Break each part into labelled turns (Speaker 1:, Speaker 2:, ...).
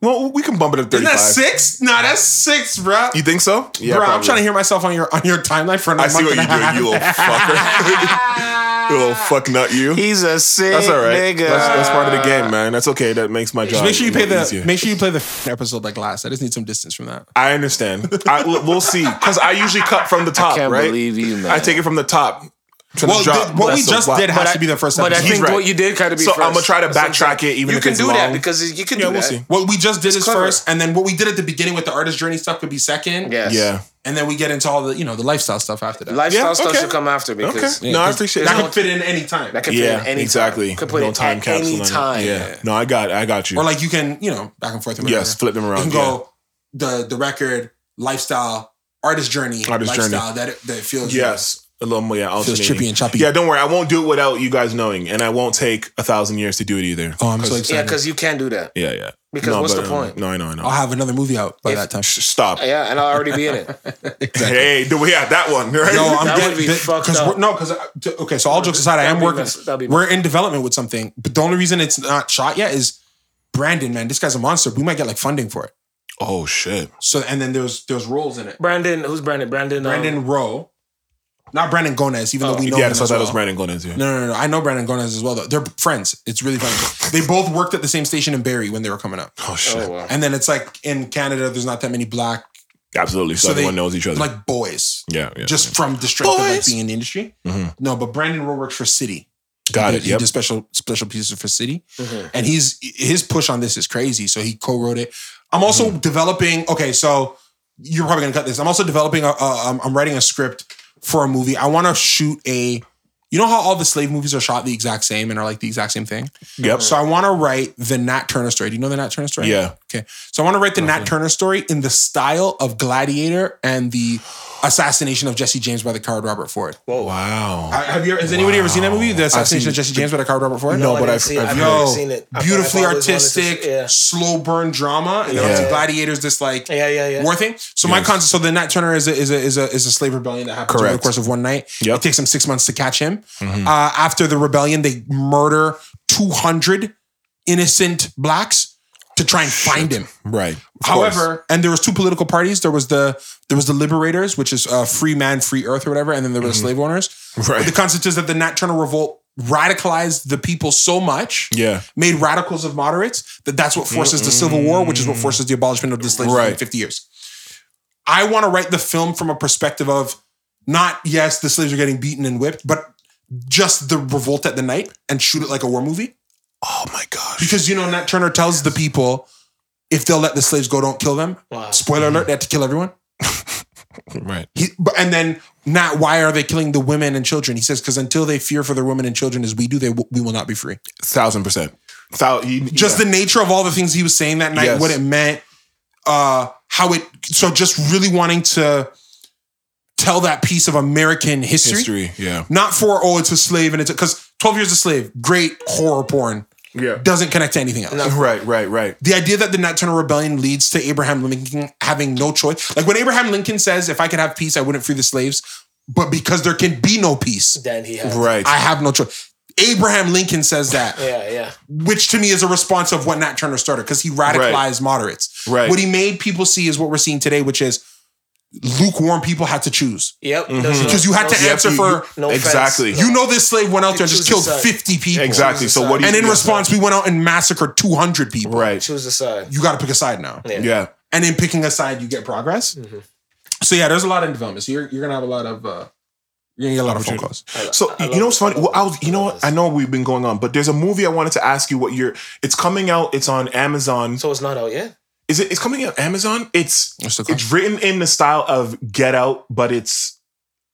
Speaker 1: Well, we can bump it up
Speaker 2: Isn't
Speaker 1: 35.
Speaker 2: that six? Nah, that's six, bro.
Speaker 1: You think so? Yeah,
Speaker 2: bro, I'm
Speaker 1: probably.
Speaker 2: trying to hear myself on your on your timeline for another
Speaker 1: I see
Speaker 2: month
Speaker 1: what you
Speaker 2: and a half.
Speaker 1: do, you little fucker. you little fuck nut, you.
Speaker 3: He's a sick
Speaker 1: That's all right.
Speaker 3: nigga.
Speaker 1: That's, that's part of the game, man. That's okay. That makes my job.
Speaker 2: Just make sure you
Speaker 1: a
Speaker 2: pay
Speaker 1: little
Speaker 2: the
Speaker 1: easier.
Speaker 2: make sure you play the f- episode like last. I just need some distance from that.
Speaker 1: I understand. I, we'll we'll see. Because I usually cut from the top,
Speaker 3: I can't
Speaker 1: right?
Speaker 3: believe you, man.
Speaker 1: I take it from the top. To
Speaker 2: Well,
Speaker 1: the drop.
Speaker 2: th- what we
Speaker 1: So
Speaker 2: just
Speaker 1: why-
Speaker 2: did
Speaker 1: but
Speaker 2: has
Speaker 1: I-
Speaker 2: to be the first
Speaker 3: But I
Speaker 2: episode.
Speaker 1: He's
Speaker 3: think
Speaker 1: right.
Speaker 3: what you did kind of be
Speaker 1: So
Speaker 3: first.
Speaker 1: I'm gonna try to backtrack it, even
Speaker 3: You
Speaker 1: if
Speaker 3: can
Speaker 1: it's
Speaker 3: do
Speaker 1: long.
Speaker 3: that because you can do
Speaker 1: yeah,
Speaker 3: that.
Speaker 1: we'll see.
Speaker 2: What we just did is
Speaker 3: clever.
Speaker 2: first, and then what we did at the beginning with the artist journey stuff could be second.
Speaker 3: Yes.
Speaker 1: Yeah.
Speaker 2: And then we get into all the you know the lifestyle stuff after that.
Speaker 3: Lifestyle
Speaker 1: Yeah,
Speaker 3: stuff
Speaker 1: okay.
Speaker 3: should come after
Speaker 1: Okay.
Speaker 3: because
Speaker 1: no, I
Speaker 2: 'cause
Speaker 1: appreciate
Speaker 2: that
Speaker 1: that.
Speaker 2: could fit in any time.
Speaker 3: that could play
Speaker 1: yeah,
Speaker 3: at any
Speaker 1: exactly.
Speaker 3: Time. Could play
Speaker 1: no
Speaker 3: at
Speaker 1: time capsule.
Speaker 3: Any
Speaker 1: on it.
Speaker 3: time.
Speaker 1: Yeah. No, I got. I got you.
Speaker 2: Or like you can you know back and forth. and
Speaker 1: yes,
Speaker 2: whatever.
Speaker 1: flip them
Speaker 2: you
Speaker 1: around.
Speaker 2: can go the the record lifestyle artist journey
Speaker 1: Artist
Speaker 2: lifestyle that it, that it feels
Speaker 1: yeah. Yes. A little more, yeah,
Speaker 2: feels
Speaker 1: alternating.
Speaker 2: trippy and choppy.
Speaker 1: Yeah, don't worry. I won't do it without you guys knowing, and I won't take a thousand years to do it either.
Speaker 2: Oh, I'm so
Speaker 1: 'Cause-
Speaker 2: excited.
Speaker 3: Yeah, because you can do that.
Speaker 1: Yeah, yeah.
Speaker 3: Because what's
Speaker 1: but,
Speaker 3: the
Speaker 1: um,
Speaker 3: point?
Speaker 1: No, I know, I know.
Speaker 2: I'll have another movie out by
Speaker 3: If-
Speaker 2: that time.
Speaker 1: Sh- Stop.
Speaker 3: Yeah, and I'll already be in it.
Speaker 1: Hey, do we have that one? Right?
Speaker 2: No, I'm
Speaker 3: That
Speaker 2: dead-
Speaker 3: would be
Speaker 2: dead-
Speaker 3: fucked
Speaker 2: 'cause
Speaker 3: up.
Speaker 2: we're- No, because okay. So all jokes aside, I
Speaker 3: That'd
Speaker 2: am
Speaker 3: be
Speaker 2: working.
Speaker 3: messed- that'd be
Speaker 2: We're in development with something, but the only reason it's not shot yet is Brandon. Man, this guy's a monster. We might get like funding for it.
Speaker 1: oh shit.
Speaker 2: So and then there's there's roles in it.
Speaker 3: Brandon, who's Brandon? Brandon. um,
Speaker 2: Brandon Rowe, not Brandon Gomez, even
Speaker 3: Oh.
Speaker 2: though we know.
Speaker 1: yeah,
Speaker 2: him
Speaker 1: that's what I
Speaker 2: as
Speaker 1: thought it was
Speaker 2: well.
Speaker 1: Brandon going into.
Speaker 2: No, no, no, no. I know Brandon Gomez as well, though. They're friends. It's really funny. they both worked at the same station in Barrie when they were coming up.
Speaker 1: Oh
Speaker 3: Oh
Speaker 1: shit.
Speaker 3: wow.
Speaker 2: And then it's like in Canada, there's not that many black
Speaker 1: Absolutely. So,
Speaker 2: So they-
Speaker 1: everyone knows each other.
Speaker 2: like boys,
Speaker 1: yeah, yeah.
Speaker 2: just from the strength of like
Speaker 1: Boys.
Speaker 2: being in the industry.
Speaker 1: Mhm.
Speaker 2: No, but Brandon Rowe works for City.
Speaker 1: got
Speaker 2: he,
Speaker 1: it.
Speaker 2: He
Speaker 1: Yep.
Speaker 2: did special special pieces for City,
Speaker 3: Mhm.
Speaker 2: and he's his push on this is crazy. So he co-wrote it. I'm also
Speaker 1: Mm-hmm.
Speaker 2: developing. Okay, so you're probably gonna cut this. I'm also developing. A, a, I'm, I'm writing a script for a movie. I want to shoot a. You know how all the slave movies are shot the exact same and are like the exact same thing.
Speaker 1: yep.
Speaker 2: So I want to write the Nat Turner story. Do you know the Nat Turner story?
Speaker 1: Yeah.
Speaker 2: Okay. So I want to write the Nat Turner story in the style of Gladiator and the assassination of Jesse James by the coward Robert Ford.
Speaker 1: Wow.
Speaker 2: I- have you? Has anybody ever seen that movie, The Assassination
Speaker 1: seen-
Speaker 2: of Jesse James by the coward Robert Ford?
Speaker 1: No, but
Speaker 3: I didn't
Speaker 1: I've-
Speaker 3: see it.
Speaker 1: I've
Speaker 3: I've
Speaker 1: heard.
Speaker 3: never
Speaker 2: Yo,
Speaker 3: seen it. I've-
Speaker 2: beautifully
Speaker 3: I've always wanted to see-
Speaker 2: artistic,
Speaker 3: Yeah.
Speaker 2: slow burn drama, and then
Speaker 1: Yeah.
Speaker 2: obviously gladiators. This like
Speaker 3: Yeah, yeah, yeah.
Speaker 2: war thing. So my
Speaker 1: Yes.
Speaker 2: concept. So the Nat Turner is a is a is a, is a slave rebellion that happens over the
Speaker 1: Correct.
Speaker 2: course of one night.
Speaker 1: Yep.
Speaker 2: It takes them six months to catch him.
Speaker 3: Mm-hmm.
Speaker 2: Uh, after the rebellion, they murder two hundred innocent blacks to try and find him.
Speaker 1: Right. Of course.
Speaker 2: However, and there was two political parties. There was the there was the liberators, which is uh, free man, free earth, or whatever, and then there were the
Speaker 1: Mm-hmm.
Speaker 2: slave owners.
Speaker 1: Right.
Speaker 2: But the concept is that the Nat Turner revolt radicalized the people so much,
Speaker 1: Yeah.
Speaker 2: made radicals of moderates that that's what forces the Civil War, which is what forces the abolishment of the slaves in
Speaker 1: Mm. Right.
Speaker 2: fifty years. I want to write the film from a perspective of not yes, the slaves are getting beaten and whipped, but just the revolt at the night and shoot it like a war movie
Speaker 1: Oh my gosh.
Speaker 2: because you know Nat Turner tells the people if they'll let the slaves go, don't kill them.
Speaker 3: Wow.
Speaker 2: Spoiler alert, they have to kill everyone.
Speaker 1: Right.
Speaker 2: He, but, and then not why are they killing the women and children? He says because until they fear for their women and children as we do, they w- we will not be free.
Speaker 1: Thousand percent. Thou- he-
Speaker 2: Just
Speaker 1: yeah.
Speaker 2: the nature of all the things he was saying that night,
Speaker 1: Yes.
Speaker 2: what it meant, uh, how it. So just really wanting to tell that piece of American history,
Speaker 1: history. Yeah.
Speaker 2: not for oh it's a slave and it's because Twelve Years a Slave, great horror porn,
Speaker 1: Yeah.
Speaker 2: doesn't connect to anything else.
Speaker 1: Right. Right. Right.
Speaker 2: the idea that the Nat Turner rebellion leads to Abraham Lincoln having no choice. Like when Abraham Lincoln says, if I could have peace, I wouldn't free the slaves, but because there can be no peace,
Speaker 3: Then he had.
Speaker 1: Right.
Speaker 2: I have no choice. Abraham Lincoln says that,
Speaker 3: Yeah, yeah.
Speaker 2: which to me is a response of what Nat Turner started because he radicalized moderates.
Speaker 1: Right.
Speaker 2: What he made people see is what we're seeing today, which is lukewarm people had to choose.
Speaker 3: Yep. There's no-
Speaker 2: Because you had to
Speaker 3: no-
Speaker 2: answer
Speaker 1: you-
Speaker 2: for,
Speaker 3: No offense.
Speaker 1: exactly.
Speaker 2: you know, this slave went out there and just
Speaker 3: Choose a
Speaker 2: killed
Speaker 3: side.
Speaker 2: 50 people.
Speaker 1: exactly. So what do you?
Speaker 2: And in
Speaker 1: yeah.
Speaker 2: response, we went out and massacred 200 people.
Speaker 1: Right.
Speaker 3: Choose a side.
Speaker 2: You got to pick a side now.
Speaker 1: Yeah.
Speaker 2: and in picking a side, you get progress.
Speaker 3: Mm-hmm.
Speaker 2: So yeah, there's a lot in development. So you're, you're gonna have a lot of uh, you're gonna get a lot of phone calls.
Speaker 1: So
Speaker 3: I
Speaker 1: you know
Speaker 3: love-
Speaker 1: what's funny?
Speaker 3: I
Speaker 1: Well,
Speaker 3: love-
Speaker 1: I was, you know what? I know we've been going on, but there's a movie I wanted to ask you what you're. It's coming out. It's on Amazon.
Speaker 3: So it's not out yet.
Speaker 1: Is it? It's coming out Amazon. It's
Speaker 2: What's the
Speaker 1: it's written in the style of Get Out, but it's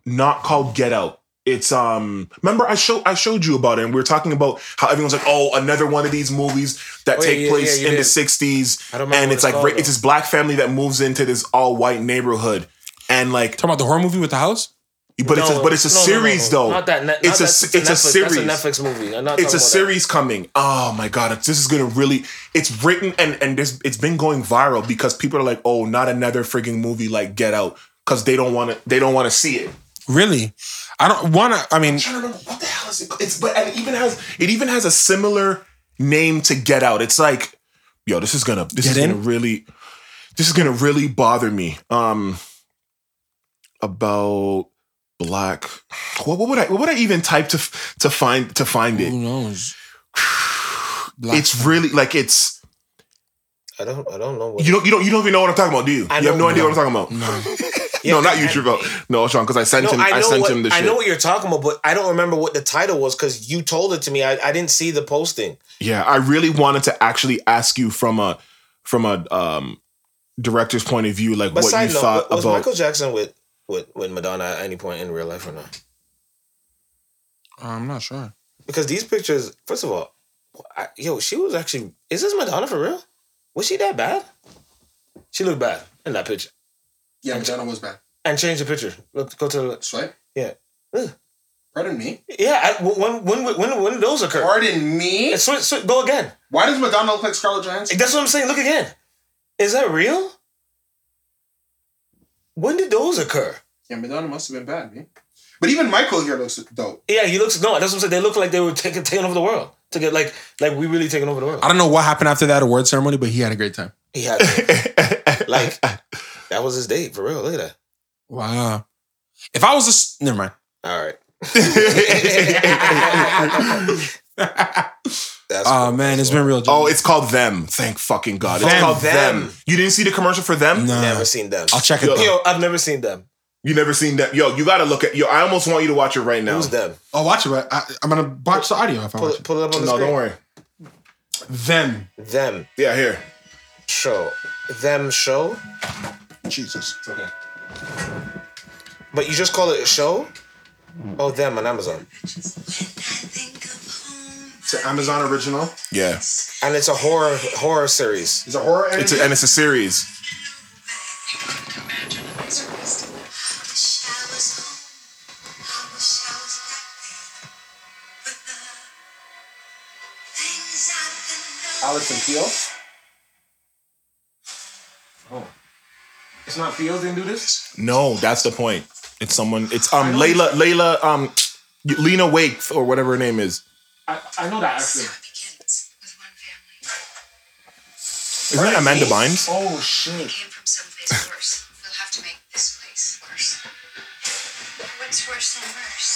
Speaker 1: not called Get Out. It's um. Remember, I show I showed you about it, and we were talking about how everyone's like, "Oh, another one of these movies that
Speaker 3: Oh, yeah,
Speaker 1: take
Speaker 3: yeah,
Speaker 1: place
Speaker 3: yeah, you
Speaker 1: in the
Speaker 3: did.
Speaker 1: '60s,"
Speaker 3: I don't remember
Speaker 1: and it's
Speaker 3: what it's
Speaker 1: like
Speaker 3: called,
Speaker 1: ra- it's
Speaker 3: though.
Speaker 1: this black family that moves into this all white neighborhood, and like,
Speaker 2: Talking about the horror movie with the house.
Speaker 1: but it's a, but it's a
Speaker 3: no, no, no,
Speaker 1: series
Speaker 3: no.
Speaker 1: though.
Speaker 3: Not that. Not
Speaker 1: It's a
Speaker 3: that's-
Speaker 1: s- it's a
Speaker 3: Netflix-
Speaker 1: series.
Speaker 3: That's a Netflix movie. I'm not
Speaker 1: it's
Speaker 3: talking
Speaker 1: a
Speaker 3: about that.
Speaker 1: series coming. Oh my god, it's, this is gonna really. It's written and and there's, it's been going viral because people are like, oh, not another frigging movie like Get Out because they don't want to they don't want to see it.
Speaker 2: Really, I don't wanna. I mean,
Speaker 1: I don't remember what the hell is it. It's but and it even has it even has a similar name to Get Out. It's like yo, this is gonna this
Speaker 2: Get
Speaker 1: is gonna
Speaker 2: in?
Speaker 1: really this is gonna really bother me. Um about black what, what would I what would I even type to f- to find to find it?
Speaker 2: Who knows?
Speaker 1: It's really like it's
Speaker 3: I don't. I don't know. What
Speaker 1: you don't you don't you don't even know what I'm talking about, do you?
Speaker 3: I
Speaker 1: you have
Speaker 3: don't
Speaker 1: no idea
Speaker 3: know.
Speaker 1: what I'm talking about.
Speaker 2: No.
Speaker 3: Yeah,
Speaker 1: no, not you,
Speaker 3: I-
Speaker 1: Trivo. No, Sean, because I sent
Speaker 3: No,
Speaker 1: him
Speaker 3: I
Speaker 1: I,
Speaker 3: know
Speaker 1: sent
Speaker 3: what,
Speaker 1: him the
Speaker 3: I
Speaker 1: shit.
Speaker 3: know what you're talking about, but I don't remember what the title was because you told it to me. I, I didn't see the posting.
Speaker 1: Yeah, I really wanted to actually ask you from a from a um director's point of view, like
Speaker 3: But
Speaker 1: what
Speaker 3: side
Speaker 1: you
Speaker 3: note,
Speaker 1: thought
Speaker 3: wa- was
Speaker 1: about
Speaker 3: Michael Jackson with, with with Madonna at any point in real life or not?
Speaker 2: I'm not sure.
Speaker 3: Because these pictures, first of all, I, yo, she was actually. Is this Madonna for real? Was she that bad? She looked bad in that picture.
Speaker 2: Yeah, Madonna was back.
Speaker 3: And change the picture. Look, go to the.
Speaker 2: Swipe.
Speaker 3: Yeah. Ugh.
Speaker 2: Pardon me.
Speaker 3: Yeah. I, when when when when did those occur?
Speaker 2: Pardon me.
Speaker 3: Yeah, switch- switch- go again.
Speaker 2: Why does Madonna look like Scarlett Johansson?
Speaker 3: That's what I'm saying. Look again. Is that real? When did those occur?
Speaker 2: Yeah, Madonna must have been bad, man. But even Michael here looks dope.
Speaker 3: Yeah, he looks no. That's what I'm saying. They look like they were taking taking over the world. To get like like we really taking over the world.
Speaker 2: I don't know what happened after that award ceremony, but he had a great time.
Speaker 3: He had like that was his date for real. Look at that.
Speaker 2: Wow. If I was a s- never mind.
Speaker 3: All right. That's
Speaker 2: Oh man, it's been real.
Speaker 1: Oh, it's called Them. Thank fucking God. It's
Speaker 2: Them.
Speaker 1: called them.
Speaker 3: Them.
Speaker 1: You didn't see the commercial for Them?
Speaker 2: No.
Speaker 3: never seen them.
Speaker 2: I'll check it.
Speaker 1: Yo.
Speaker 2: though.
Speaker 3: Yo, I've never seen them.
Speaker 1: You never seen that? Yo, you gotta look at. Yo, I almost want you to watch it right now.
Speaker 3: Who's them?
Speaker 2: I'll watch it, but I, I'm gonna watch the audio if I
Speaker 3: Pull
Speaker 2: watch
Speaker 3: it, pull it up on the
Speaker 1: No,
Speaker 3: screen.
Speaker 1: don't worry.
Speaker 2: it. Them.
Speaker 3: Them
Speaker 1: Yeah, here.
Speaker 3: show. Them show.
Speaker 2: Jesus. okay.
Speaker 3: But you just call it a show? Oh, them on Amazon.
Speaker 2: It's an Amazon original.
Speaker 1: Yeah,
Speaker 3: And it's a horror horror series.
Speaker 2: It's a horror.
Speaker 1: it's a, and it's a series.
Speaker 2: Allison Peel.
Speaker 3: It's not Fields didn't do this?
Speaker 1: No, that's the point. It's someone. It's um Layla Layla um Lena Wake or whatever her name is.
Speaker 3: I, I know that
Speaker 4: Now it begins with one family
Speaker 1: Isn't that Amanda Bynes?
Speaker 2: Oh shit.
Speaker 4: came from someplace worse. You'll have to make this place worse. What's worse than worse?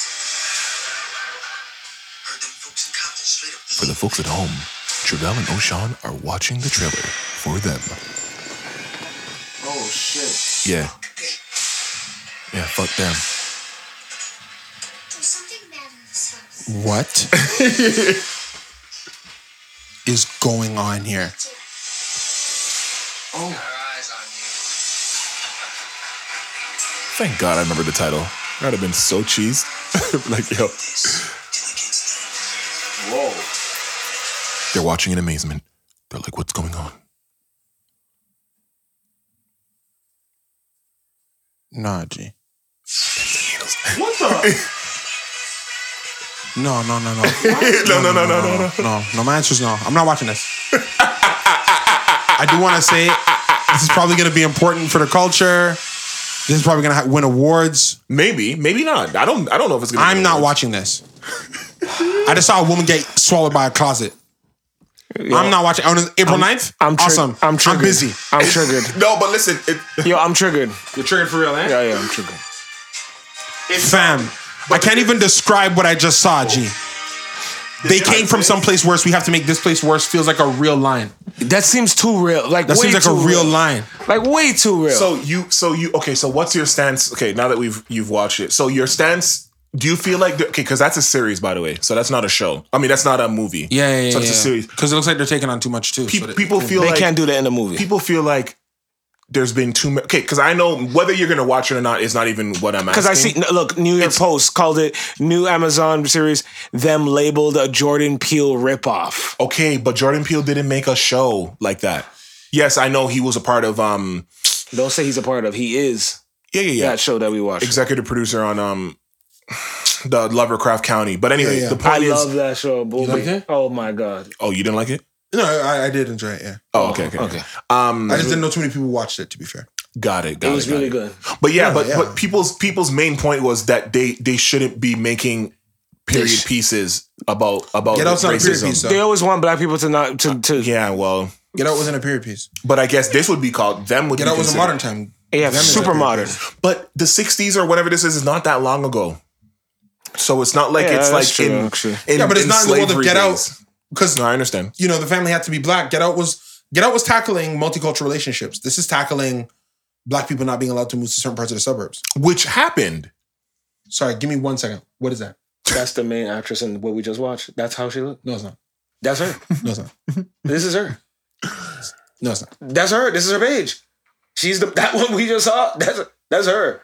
Speaker 5: Heard them folks in Compton straight up
Speaker 6: For the folks at home, Travell and O'Shawn are watching the trailer for them.
Speaker 2: Oh shit.
Speaker 6: Yeah. Yeah, fuck them.
Speaker 4: There's something bad in this house.
Speaker 2: What is going on here?
Speaker 5: our eyes on you.
Speaker 1: Thank God I remember the title. I'd have been so cheesed. like yo,
Speaker 2: Whoa.
Speaker 6: They're watching in amazement. They're like, what's going on?
Speaker 2: Nah, G.
Speaker 1: what the?
Speaker 2: No, no, no, no. no, no, no, no, no, no, no. No, my answer's no. I'm not watching this. I do want to say this is probably going to be important for the culture. This is probably going to ha- win awards.
Speaker 1: maybe, maybe not. I don't. I don't know if it's gonna.
Speaker 2: I'm not watching this. I just saw a woman get swallowed by a closet. I'm not watching. On April 9th?
Speaker 3: I'm tri-
Speaker 2: awesome.
Speaker 3: I'm triggered.
Speaker 2: busy.
Speaker 3: I'm triggered.
Speaker 1: No, but listen. It,
Speaker 3: Yo, I'm triggered.
Speaker 2: You're triggered for real, eh?
Speaker 3: Yeah, yeah, I'm triggered.
Speaker 2: Fam, I can't even describe what I just saw, G. They came from someplace worse. We have to make this place worse. Feels like a real line.
Speaker 3: That seems too real. Like
Speaker 2: That
Speaker 3: way
Speaker 2: seems like
Speaker 3: too
Speaker 2: a real line.
Speaker 3: Like way too real.
Speaker 1: so you. So you. Okay. So what's your stance? Okay. Now that we've you've watched it. So your stance. Do you feel like the- okay? Because that's a series, by the way. So that's not a show. I mean, that's not a movie.
Speaker 2: Yeah, yeah, yeah.
Speaker 1: So it's a series.
Speaker 2: Because it looks like they're taking on too much too.
Speaker 1: Pe-
Speaker 2: so that-
Speaker 1: people feel
Speaker 3: they
Speaker 1: like
Speaker 3: can't do that in a movie.
Speaker 1: people feel like there's been too much. Okay, because I know whether you're gonna watch it or not is not even what I'm asking.
Speaker 3: Because I see, no, look, New York Post called it new Amazon series. Them labeled a Jordan Peele ripoff.
Speaker 1: Okay, but Jordan Peele didn't make a show like that. Yes, I know he was a part of um.
Speaker 3: Don't say he's a part of. He is
Speaker 1: Yeah, yeah, yeah.
Speaker 3: that show that we watched.
Speaker 1: Executive producer on um, the Lovecraft County. But anyway,
Speaker 2: Yeah, yeah.
Speaker 1: the
Speaker 3: I
Speaker 1: point is.
Speaker 3: love that show, boo.
Speaker 2: liked it?
Speaker 3: Oh my god.
Speaker 1: oh, you didn't like it?
Speaker 2: No, I, I did enjoy it. Yeah,
Speaker 1: Oh, okay,
Speaker 3: Uh-huh.
Speaker 1: okay, okay. Um,
Speaker 2: I just didn't know too many people watched it. To be fair,
Speaker 1: got it. Got
Speaker 3: It
Speaker 1: it,
Speaker 3: was
Speaker 1: got
Speaker 3: really
Speaker 1: it.
Speaker 3: good.
Speaker 1: But yeah, but
Speaker 2: yeah.
Speaker 1: but people's people's main point was that they they shouldn't be making period
Speaker 2: Yes.
Speaker 1: pieces about about
Speaker 2: Get outside the period
Speaker 1: racism.
Speaker 2: piece, though.
Speaker 3: They always want black people to not to to
Speaker 1: Yeah, well,
Speaker 2: Get Out wasn't a period piece.
Speaker 1: But I guess this would be called them would
Speaker 2: Get
Speaker 1: be
Speaker 2: Out was a
Speaker 1: considered-
Speaker 2: modern time.
Speaker 3: Yeah,
Speaker 2: Them is a
Speaker 1: super
Speaker 2: period
Speaker 1: modern.
Speaker 2: piece.
Speaker 1: But the '60s or whatever this is is not that long ago, so it's not like
Speaker 3: Yeah,
Speaker 1: it's
Speaker 3: that's
Speaker 1: like
Speaker 3: true,
Speaker 1: in,
Speaker 3: actually.
Speaker 1: in
Speaker 2: Yeah, but it's not in the world of
Speaker 1: slavery
Speaker 2: Get Out
Speaker 1: days.
Speaker 2: because
Speaker 1: No, I understand.
Speaker 2: you know the family had to be black. Get Out was Get Out was tackling multicultural relationships. This is tackling black people not being allowed to move to certain parts of the suburbs.
Speaker 1: Which happened.
Speaker 2: Sorry, give me one second. What is that?
Speaker 3: That's the main actress in what we just watched. That's how she looked.
Speaker 2: No, it's not.
Speaker 3: That's her.
Speaker 2: No, it's not.
Speaker 3: this is her.
Speaker 2: No, it's not.
Speaker 3: That's her. This is her page. She's the that one we just saw. That's that's her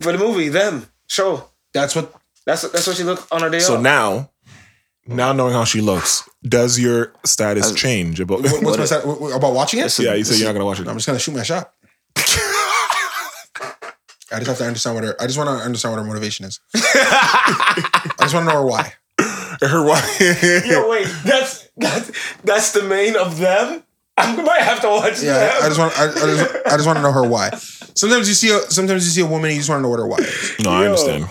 Speaker 3: for the movie. Them show.
Speaker 2: That's what.
Speaker 3: That's that's what she looked on her day
Speaker 1: So
Speaker 3: off.
Speaker 1: now, now knowing how she looks, does your status change about?
Speaker 2: What's my side, what- what- about watching it?
Speaker 1: yeah, you said you're not gonna watch it.
Speaker 2: I'm just gonna shoot my shot. I just have to understand what her. I just want to understand what her motivation is. I just want to know her why.
Speaker 1: Her wife.
Speaker 3: Yo, wait, that's that's that's the main of them. I might have to watch
Speaker 2: Yeah, I, I just want. I, I just. I just want to know her why. Sometimes you see. A, sometimes you see a woman. and You just want to know what her why. Is.
Speaker 1: no, I
Speaker 3: Yo.
Speaker 1: understand.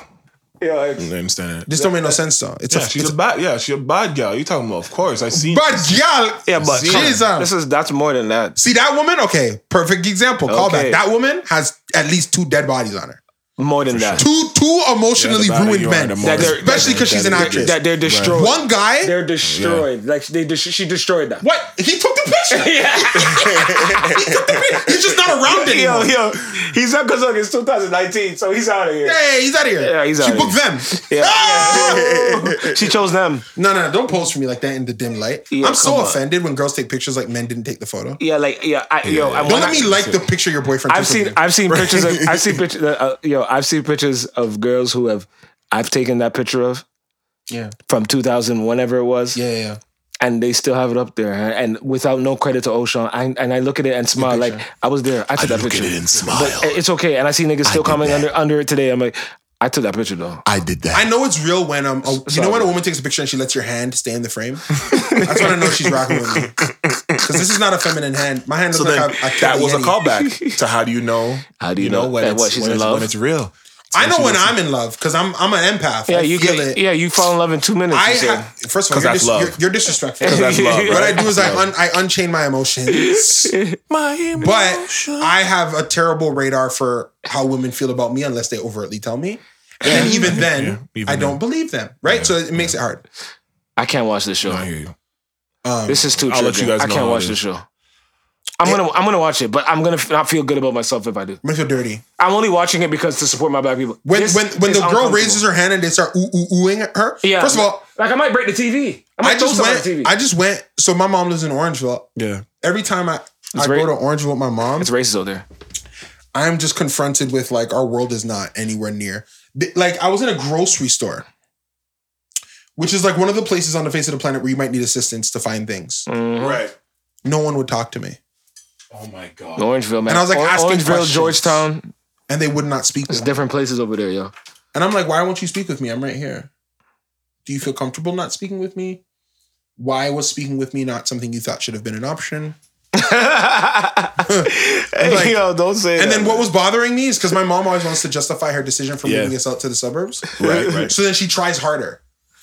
Speaker 3: yeah,
Speaker 1: I
Speaker 3: it's-
Speaker 1: understand it.
Speaker 2: This don't make no sense though. It's
Speaker 1: Yeah,
Speaker 2: a.
Speaker 1: she's
Speaker 2: It's
Speaker 1: a
Speaker 2: a
Speaker 1: bad. Yeah, she's a bad gal. You talking about? Of course, I seen.
Speaker 2: bad girl.
Speaker 3: yeah, but
Speaker 1: See,
Speaker 3: come on.
Speaker 2: she's, um,
Speaker 3: this is that's more than that.
Speaker 2: See that woman? Okay, perfect example. Call
Speaker 3: Okay.
Speaker 2: back. That woman has at least two dead bodies on her.
Speaker 3: More than that.
Speaker 2: Two two
Speaker 1: Yeah,
Speaker 2: emotionally
Speaker 1: the better
Speaker 2: ruined
Speaker 1: you are,
Speaker 2: men,
Speaker 1: the more-
Speaker 3: That they're-
Speaker 2: especially because she's an
Speaker 1: that-
Speaker 2: actress.
Speaker 3: That they're destroyed.
Speaker 2: One guy.
Speaker 3: They're destroyed. Like they, des- she destroyed that.
Speaker 2: what? He took the picture.
Speaker 3: Yeah.
Speaker 2: He's just not around anymore.
Speaker 3: yo, yo, he's up because look, it's 2019, so he's out of here.
Speaker 2: Hey, he's out of here.
Speaker 3: Yeah, he's
Speaker 2: She
Speaker 3: outta
Speaker 2: booked them.
Speaker 3: Yeah.
Speaker 2: Ah!
Speaker 3: she chose them.
Speaker 2: No, no, no, don't post for me like that in the dim light.
Speaker 3: Yeah,
Speaker 2: I'm so
Speaker 3: come on.
Speaker 2: offended when girls take pictures like men didn't take the photo.
Speaker 3: Yeah, like yeah, I, yo. I,
Speaker 2: Don't
Speaker 3: when
Speaker 2: let
Speaker 3: I-
Speaker 2: me like the picture your boyfriend.
Speaker 3: I've
Speaker 2: took of
Speaker 3: seen
Speaker 2: you.
Speaker 3: I've seen pictures of I've seen pictures uh, yo I've seen pictures of girls who have I've taken that picture of
Speaker 2: yeah,
Speaker 3: from 2000 whenever it was
Speaker 2: yeah, yeah.
Speaker 3: and they still have it up there and, and without no credit to Oshawn I, and I look at it and smile like I was there I took that
Speaker 6: Look at
Speaker 3: picture
Speaker 6: it and smile.
Speaker 1: eh,
Speaker 3: but it's okay and I see niggas still commenting under under it today I'm like I took that picture though
Speaker 6: I did that.
Speaker 2: I know it's real when um, a, you know when a
Speaker 3: sorry.
Speaker 2: woman takes a picture and she lets your hand stay in the frame. I just want to know she's rocking with me because this is not a feminine hand. My hand
Speaker 1: So
Speaker 2: looks
Speaker 1: then,
Speaker 2: like I, I
Speaker 1: that was a
Speaker 2: Yeti.
Speaker 1: callback to how do you know?
Speaker 3: How do you know
Speaker 1: when
Speaker 3: that
Speaker 1: it's,
Speaker 3: what, she's
Speaker 1: when
Speaker 3: in
Speaker 1: it's,
Speaker 3: love?
Speaker 1: when it's real?
Speaker 2: I know when I'm in love because I'm I'm an empath.
Speaker 3: yeah
Speaker 2: I
Speaker 3: you
Speaker 2: feel
Speaker 3: get
Speaker 2: it.
Speaker 3: yeah you fall in love in two minutes
Speaker 2: I
Speaker 3: you said.
Speaker 2: ha- first of all,
Speaker 1: 'Cause
Speaker 2: you're,
Speaker 1: that's
Speaker 2: dis-
Speaker 1: love.
Speaker 2: you're, you're disrespectful.
Speaker 1: 'Cause that's love,
Speaker 2: What I
Speaker 1: right?
Speaker 2: do is I
Speaker 1: Love.
Speaker 2: un- I unchain my emotions.
Speaker 1: My
Speaker 2: But I have a terrible radar for how women feel about me unless they overtly tell me. And then even then,
Speaker 1: Yeah, even
Speaker 2: I don't believe them. Right? so it makes it hard.
Speaker 3: I can't watch this show
Speaker 1: I hear you.
Speaker 2: Um,
Speaker 3: This is too
Speaker 1: I'll let
Speaker 3: triggering.
Speaker 1: you guys
Speaker 3: I
Speaker 1: know
Speaker 3: can't
Speaker 1: how it
Speaker 3: watch
Speaker 1: is.
Speaker 3: the show. I'm gonna I'm gonna watch it, but I'm gonna f- not feel good about myself if I do.
Speaker 2: makes me feel dirty.
Speaker 3: I'm only watching it because to support my black people.
Speaker 2: When
Speaker 3: This
Speaker 2: when when
Speaker 3: is
Speaker 2: the girl
Speaker 3: uncomfortable.
Speaker 2: raises her hand and they start ooh ooh oohing at her.
Speaker 3: yeah.
Speaker 2: First of all,
Speaker 3: like I might break the TV. I might
Speaker 2: I just
Speaker 3: throw something at
Speaker 2: went.
Speaker 3: the TV.
Speaker 2: I just went. So my mom lives in Orangeville.
Speaker 1: Yeah.
Speaker 2: Every time I, I
Speaker 3: very-
Speaker 2: go to Orangeville with my mom,
Speaker 3: it's racist out there.
Speaker 2: I'm just confronted with like our world is not anywhere near. Th- Like I was in a grocery store, which is like one of the places on the face of the planet where you might need assistance to find things.
Speaker 3: Mm. Mm-hmm.
Speaker 1: Right.
Speaker 2: No one would talk to me,
Speaker 1: Oh my god.
Speaker 3: Orangeville, man.
Speaker 2: And I was, like, asking
Speaker 3: Orangeville,
Speaker 2: questions.
Speaker 3: Georgetown.
Speaker 2: and they would not speak.
Speaker 3: There's
Speaker 2: With me.
Speaker 3: different places over there, yo.
Speaker 2: And I'm like, why won't you speak with me? I'm right here. Do you feel comfortable not speaking with me? Why was speaking with me not something you thought should have been an option? Like-
Speaker 3: yo, don't say
Speaker 2: And then what was bothering me is because my mom always wants to justify her decision for
Speaker 1: Yeah.
Speaker 2: moving us out to the suburbs.
Speaker 1: Right, right.
Speaker 2: So then she tries harder.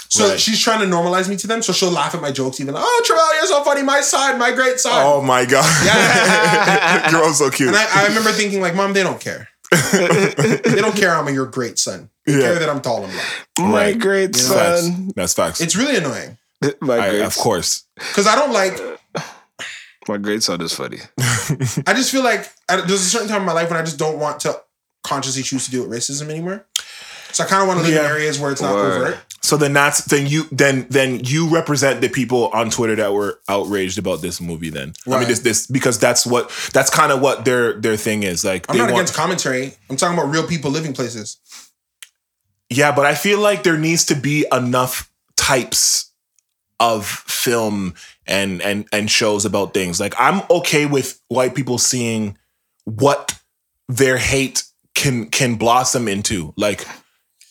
Speaker 2: So
Speaker 1: Right.
Speaker 2: she's trying to normalize me to them. So she'll laugh at my jokes, even like, "Oh, Travell, you're so funny. My side, my great side."
Speaker 1: Oh my god.
Speaker 2: Yeah.
Speaker 1: Girl's so cute.
Speaker 2: And I, I remember thinking, like, "Mom, they don't care. they don't care I'm your great son. They
Speaker 1: Yeah.
Speaker 2: care that I'm tall and black."
Speaker 3: my
Speaker 1: Right.
Speaker 3: great
Speaker 1: Facts.
Speaker 3: son.
Speaker 1: That's facts.
Speaker 2: It's really annoying
Speaker 3: My
Speaker 1: I,
Speaker 3: great,
Speaker 1: of course.
Speaker 2: because I don't like.
Speaker 3: my great son is funny.
Speaker 2: I just feel like I, there's a certain time in my life when I just don't want to consciously choose to deal with racism anymore. So I kind of want to live
Speaker 1: Yeah.
Speaker 2: in areas where it's not
Speaker 3: Word.
Speaker 2: overt.
Speaker 1: So then that's then you then then you represent the people on Twitter that were outraged about this movie then. I
Speaker 2: Right.
Speaker 1: mean this this because that's what that's kind of what their their thing is. Like
Speaker 2: I'm
Speaker 1: they
Speaker 2: not
Speaker 1: want-
Speaker 2: against commentary. I'm talking about real people living places.
Speaker 1: Yeah, but I feel like there needs to be enough types of film and and and shows about things. Like I'm okay with white people seeing what their hate can can blossom into. Like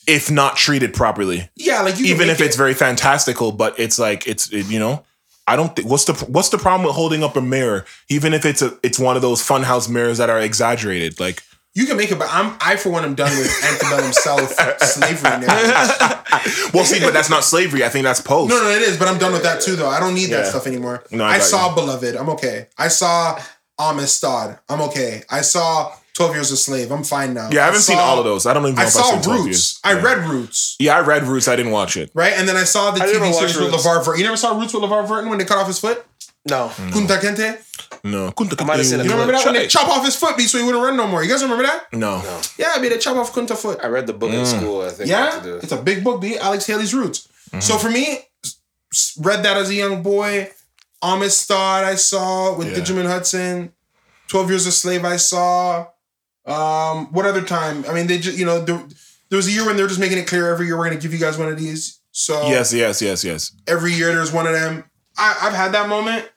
Speaker 1: if not treated properly,
Speaker 2: Yeah, like you can
Speaker 1: even
Speaker 2: make
Speaker 1: if it's
Speaker 2: it-
Speaker 1: very fantastical, but it's like it's it, you know. I don't think what's the what's the problem with holding up a mirror, even if it's a it's one of those funhouse mirrors that are exaggerated. Like
Speaker 2: You can make it, but I'm I for one am done with antebellum self slavery. narratives.
Speaker 1: Well, see, but that's not slavery. I think that's post.
Speaker 2: No, no, it is, but I'm done with that too. Though I don't need that
Speaker 1: Yeah.
Speaker 2: stuff anymore.
Speaker 1: No, I
Speaker 2: I,
Speaker 1: got
Speaker 2: saw Beloved. I'm okay. I saw Amistad. I'm okay. I saw Twelve Years a Slave. I'm fine now.
Speaker 1: Yeah, I haven't seen
Speaker 2: saw-
Speaker 1: all of those. I don't even know
Speaker 2: I
Speaker 1: if
Speaker 2: saw
Speaker 1: I've seen
Speaker 2: Roots. I read Roots.
Speaker 1: Yeah, I read Roots. I didn't watch it.
Speaker 2: Right, and then I saw the
Speaker 3: I never
Speaker 2: TV
Speaker 3: watched
Speaker 2: series with
Speaker 3: Roots.
Speaker 2: LeVar Burton. You never saw Roots with LeVar Burton when they cut off his foot?
Speaker 3: No.
Speaker 2: Kunta Kinte.
Speaker 1: No.
Speaker 3: might have seen it.
Speaker 2: You don't remember that when they
Speaker 1: Chop-
Speaker 2: chop off his foot so he wouldn't run no more? You guys remember that?
Speaker 1: No.
Speaker 2: Yeah, I mean they chop off Kunta foot.
Speaker 3: I read the book in school, I think. I had to do
Speaker 2: Yeah,
Speaker 3: it.
Speaker 2: it's a big book, B. Alex Haley's Roots. So
Speaker 1: Mm-hmm.
Speaker 2: for me, s- s- read that as a young boy. Amistad, I saw with
Speaker 1: Yeah.
Speaker 2: Digimon Hudson. 12 Years a Slave, I saw. Um, what other time? I mean, they just, you know, there, there was a year when they were just making it clear every year we're going to give you guys one of these. So
Speaker 1: Yes, yes, yes, yes.
Speaker 2: every year there's one of them. I, I've had that moment.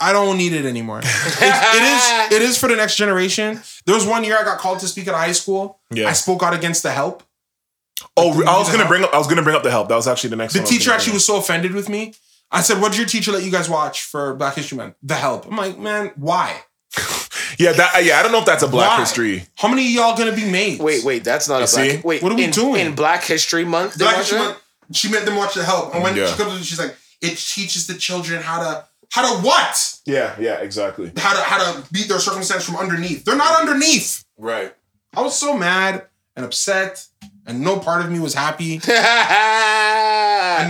Speaker 2: I don't need it anymore. It's- it is it is for the next generation. There was one year I got called to speak at a high school.
Speaker 1: Yeah.
Speaker 2: I spoke out against the help.
Speaker 1: Oh, re- I was
Speaker 2: The
Speaker 1: gonna bring up. I was gonna bring up the help. That was actually the next.
Speaker 2: The
Speaker 1: one I was
Speaker 2: teacher
Speaker 1: gonna
Speaker 2: actually
Speaker 1: bring
Speaker 2: was so offended with me. I said, "What did your teacher let you guys watch for Black History Month?" The Help. I'm like, man, why?
Speaker 1: up. Yeah, that. Yeah, I don't know if that's a Black
Speaker 2: Why?
Speaker 1: History.
Speaker 2: How many of y'all gonna be made?
Speaker 3: Wait, wait, that's not a
Speaker 1: see?
Speaker 3: black. Wait,
Speaker 2: What are we
Speaker 3: in,
Speaker 2: doing?
Speaker 3: in Black History Month? they
Speaker 2: Black
Speaker 3: watch
Speaker 2: History
Speaker 3: that?
Speaker 2: Month. She made them watch The Help, and when
Speaker 1: Yeah.
Speaker 2: she comes, in, she's like, "It teaches the children how to how to what?
Speaker 1: Yeah, yeah, exactly.
Speaker 2: How to how to beat their circumstance from underneath. They're not underneath."
Speaker 1: Right.
Speaker 2: I was so mad and upset, and no part of me was happy. and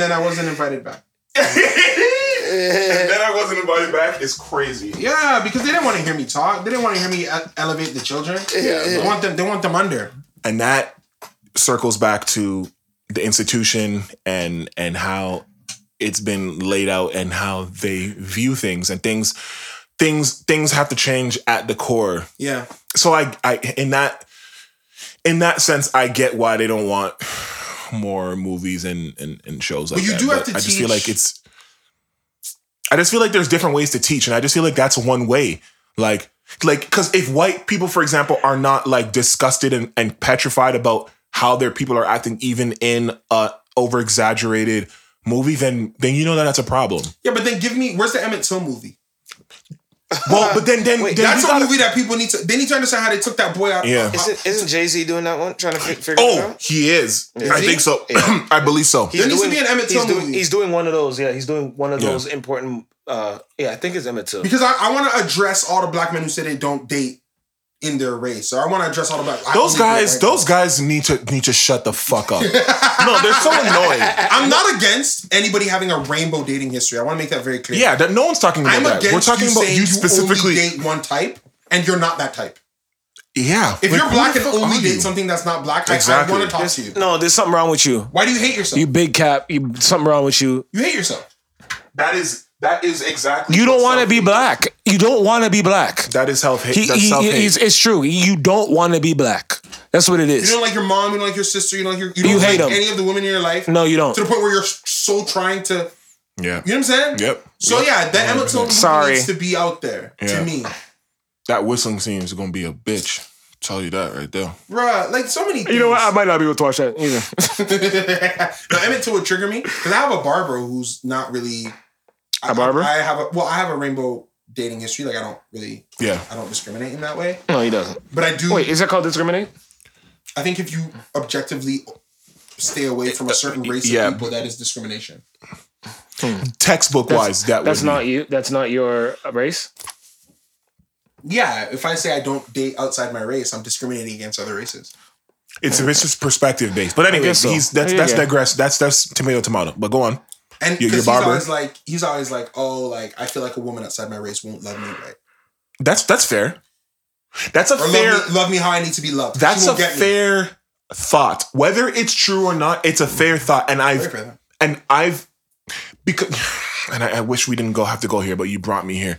Speaker 2: then I wasn't invited back.
Speaker 1: and then I wasn't invited back. It's crazy.
Speaker 2: Yeah, because they didn't want to hear me talk. They didn't want to hear me e- elevate the children. Yeah, they want them. They want them under.
Speaker 1: and that circles back to the institution and and how it's been laid out and how they view things and things things things have to change at the core
Speaker 2: Yeah,
Speaker 1: so i i in that in that sense i get why they don't want more movies and and, and shows like
Speaker 2: But you
Speaker 1: that
Speaker 2: do have to
Speaker 1: i just feel
Speaker 2: teach-
Speaker 1: like it's i just feel like there's different ways to teach and i just feel like that's one way like like because if white people for example are not like disgusted and, and petrified about how their people are acting even in a over exaggerated movie then then you know that that's a problem
Speaker 2: yeah, but then give me where's the Emmett Till movie?
Speaker 1: well but then then,
Speaker 3: Wait,
Speaker 1: then
Speaker 2: That's
Speaker 1: you
Speaker 2: a
Speaker 1: gotta-
Speaker 2: movie that people need to. They need to understand how they took that boy out.
Speaker 1: Yeah.
Speaker 3: Isn't, isn't Jay Z doing that one? Trying to fi- figure it
Speaker 1: oh
Speaker 3: out?
Speaker 1: he is i
Speaker 2: Is he?
Speaker 1: think so
Speaker 3: Yeah.
Speaker 1: i believe so
Speaker 3: He's
Speaker 2: needs to be an Emmett Till
Speaker 3: he's doing,
Speaker 2: movie.
Speaker 3: He's doing one of those. Yeah, he's doing one of
Speaker 1: Yeah.
Speaker 3: those important. Uh, yeah, I think it's Emmett Till.
Speaker 2: because I, I want to address all the black men who say they don't date in their race. So I want to address all the black. I
Speaker 1: Those
Speaker 2: believe they're
Speaker 1: guys,
Speaker 2: white
Speaker 1: those guys need to need to shut the fuck up. no, they're so annoying.
Speaker 2: I'm not against anybody having a rainbow dating history. I want to make that very clear.
Speaker 1: Yeah, that no one's talking about
Speaker 2: I'm
Speaker 1: that.
Speaker 2: against
Speaker 1: We're talking
Speaker 2: you
Speaker 1: about
Speaker 2: saying
Speaker 1: you specifically.
Speaker 2: only date one type, and you're not that type.
Speaker 1: yeah,
Speaker 2: If
Speaker 1: Like,
Speaker 2: you're
Speaker 1: who
Speaker 2: black
Speaker 1: the
Speaker 2: and
Speaker 1: fuck
Speaker 2: only
Speaker 1: are
Speaker 2: date
Speaker 1: you?
Speaker 2: something that's not black, I-
Speaker 1: Exactly.
Speaker 2: I, want to talk to you.
Speaker 3: No, there's something wrong with you.
Speaker 2: Why do you hate yourself?
Speaker 3: You
Speaker 2: You,
Speaker 3: big cap. You something wrong with you.
Speaker 2: hate yourself.
Speaker 1: that is that is exactly.
Speaker 7: You don't
Speaker 1: what
Speaker 7: want to be
Speaker 1: self-hate-
Speaker 7: black. You don't want to be black.
Speaker 1: That is self hate.
Speaker 7: He,
Speaker 1: That's
Speaker 7: he-
Speaker 1: self
Speaker 7: he's,
Speaker 1: hate.
Speaker 7: it's true. You don't want to be black. That's what it
Speaker 2: You
Speaker 7: is.
Speaker 2: don't like your mom. You don't like your sister. You don't like your. You, don't
Speaker 7: You hate
Speaker 2: like
Speaker 7: 'em.
Speaker 2: any of the women in your life.
Speaker 7: No, you don't.
Speaker 2: To the point where you're so trying to.
Speaker 1: Yeah,
Speaker 2: You know what I'm saying?
Speaker 1: Yep.
Speaker 2: So
Speaker 1: Yep.
Speaker 2: yeah, that Emma Till movie
Speaker 7: Sorry.
Speaker 2: needs to be out there
Speaker 1: Yeah.
Speaker 2: to me,
Speaker 1: that whistling scene is gonna be a bitch. Tell you that right there.
Speaker 2: bruh. Like so many. Things.
Speaker 7: might not be able to watch that either.
Speaker 2: now Emmett Till would trigger me because I have a barber who's not really
Speaker 7: A barber?
Speaker 2: I, I have a well, I have a rainbow dating history. Like I don't really,
Speaker 1: Yeah,
Speaker 2: I don't discriminate in that way.
Speaker 7: No, he doesn't.
Speaker 2: But I do.
Speaker 7: Wait, is that called discriminate?
Speaker 2: I think if you objectively stay away from a certain race of
Speaker 1: yeah.
Speaker 2: people, that is discrimination.
Speaker 1: textbook wise, that
Speaker 7: That's
Speaker 1: would
Speaker 7: not
Speaker 1: Be.
Speaker 7: you. That's not your race.
Speaker 2: Yeah, if I say I don't date outside my race, I'm discriminating against other races.
Speaker 1: It's it's just perspective based. But anyway,
Speaker 7: guess so.
Speaker 1: he's that's
Speaker 7: Yeah,
Speaker 1: that's
Speaker 7: yeah.
Speaker 1: digress. That's that's tomato tomato. But go on.
Speaker 2: And
Speaker 1: Your- your
Speaker 2: because he's
Speaker 1: barber?
Speaker 2: always like, he's always like, oh, like I feel like a woman outside my race won't love me right,
Speaker 1: That's that's fair. That's a
Speaker 2: or
Speaker 1: fair.
Speaker 2: love me, love me how I need to be loved. She
Speaker 1: That's a
Speaker 2: won't get me.
Speaker 1: fair thought. Whether it's true or not, it's a fair thought. And
Speaker 2: Very
Speaker 1: I've
Speaker 2: fair.
Speaker 1: and I've because and I, I wish we didn't go have to go here, but you brought me here.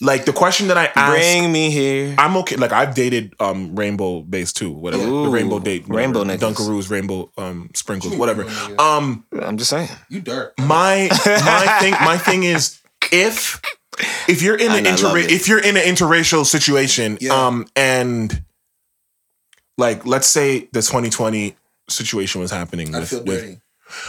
Speaker 1: Like the question that I asked,
Speaker 3: me here.
Speaker 1: I'm okay. Like I've dated um rainbow based too, whatever the
Speaker 3: Ooh,
Speaker 1: rainbow date,
Speaker 3: rainbow
Speaker 1: whatever,
Speaker 3: niggas.
Speaker 1: Dunkaroos, rainbow um sprinkles, whatever. Um,
Speaker 3: I'm just saying.
Speaker 2: You dirt.
Speaker 1: my my thing my thing is if if you're in an
Speaker 3: And I
Speaker 1: inter
Speaker 3: love it.
Speaker 1: if you're in an interracial situation
Speaker 2: Yeah.
Speaker 1: um and like let's say the 2020 situation was happening
Speaker 2: I
Speaker 1: with,
Speaker 2: feel
Speaker 1: with-
Speaker 2: dirty.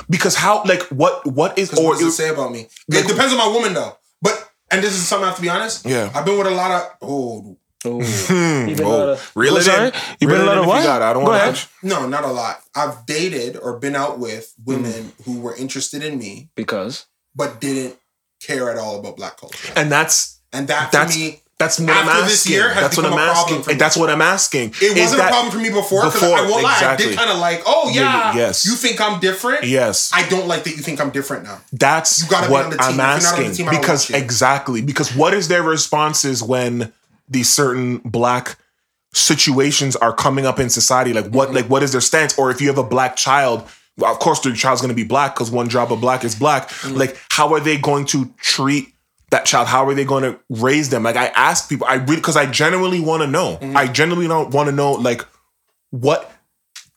Speaker 1: because how like what what is
Speaker 2: Because
Speaker 1: or
Speaker 2: what does it say about me? It depends on my woman though. But and this is something I have to be honest.
Speaker 1: Yeah. Hmm.
Speaker 2: I've been with a lot of oh
Speaker 7: Ooh. You've been allowed to-
Speaker 1: Reel
Speaker 7: I'm
Speaker 1: it
Speaker 7: sorry?
Speaker 1: in.
Speaker 7: You've
Speaker 1: Reel
Speaker 7: been
Speaker 1: it
Speaker 7: allowed
Speaker 1: in
Speaker 7: to
Speaker 1: if you
Speaker 7: what?
Speaker 1: got it. I don't
Speaker 7: Go
Speaker 1: wanna
Speaker 7: ahead.
Speaker 1: watch.
Speaker 2: No, not a lot. I've dated or been out with women
Speaker 1: Mm.
Speaker 2: who were interested in me
Speaker 7: Because
Speaker 2: but didn't care at all about black culture.
Speaker 1: And that's
Speaker 2: And that to
Speaker 1: that's
Speaker 2: me,
Speaker 1: that's what I'm
Speaker 2: after
Speaker 1: asking.
Speaker 2: this year has
Speaker 1: that's what I'm
Speaker 2: become a problem
Speaker 1: asking.
Speaker 2: for me.
Speaker 1: That's what I'm asking.
Speaker 2: it
Speaker 1: Is
Speaker 2: wasn't
Speaker 1: that-
Speaker 2: a problem for me before because I
Speaker 1: Before,
Speaker 2: won't lie, I
Speaker 1: exactly.
Speaker 2: did kind of like, oh
Speaker 1: Yeah,
Speaker 2: yeah,
Speaker 1: yeah, yes.
Speaker 2: you think I'm different?
Speaker 1: Yes,
Speaker 2: I don't like that you think I'm different now.
Speaker 1: that's
Speaker 2: You gotta be
Speaker 1: what
Speaker 2: on the team. If
Speaker 1: I'm
Speaker 2: you're not on the
Speaker 1: asking
Speaker 2: team, I don't
Speaker 1: because
Speaker 2: watch you.
Speaker 1: exactly because what is their responses when these certain black situations are coming up in society? Like what?
Speaker 2: Mm-hmm.
Speaker 1: Like what is their stance? Or if you have a black child. well, Of course, their child's going to be black because one drop of black is black.
Speaker 2: Mm-hmm.
Speaker 1: Like, how are they going to treat that child? How are they going to raise them? Like, I ask people, I really, because I genuinely want to know.
Speaker 2: Mm-hmm.
Speaker 1: I genuinely don't want to know, like, what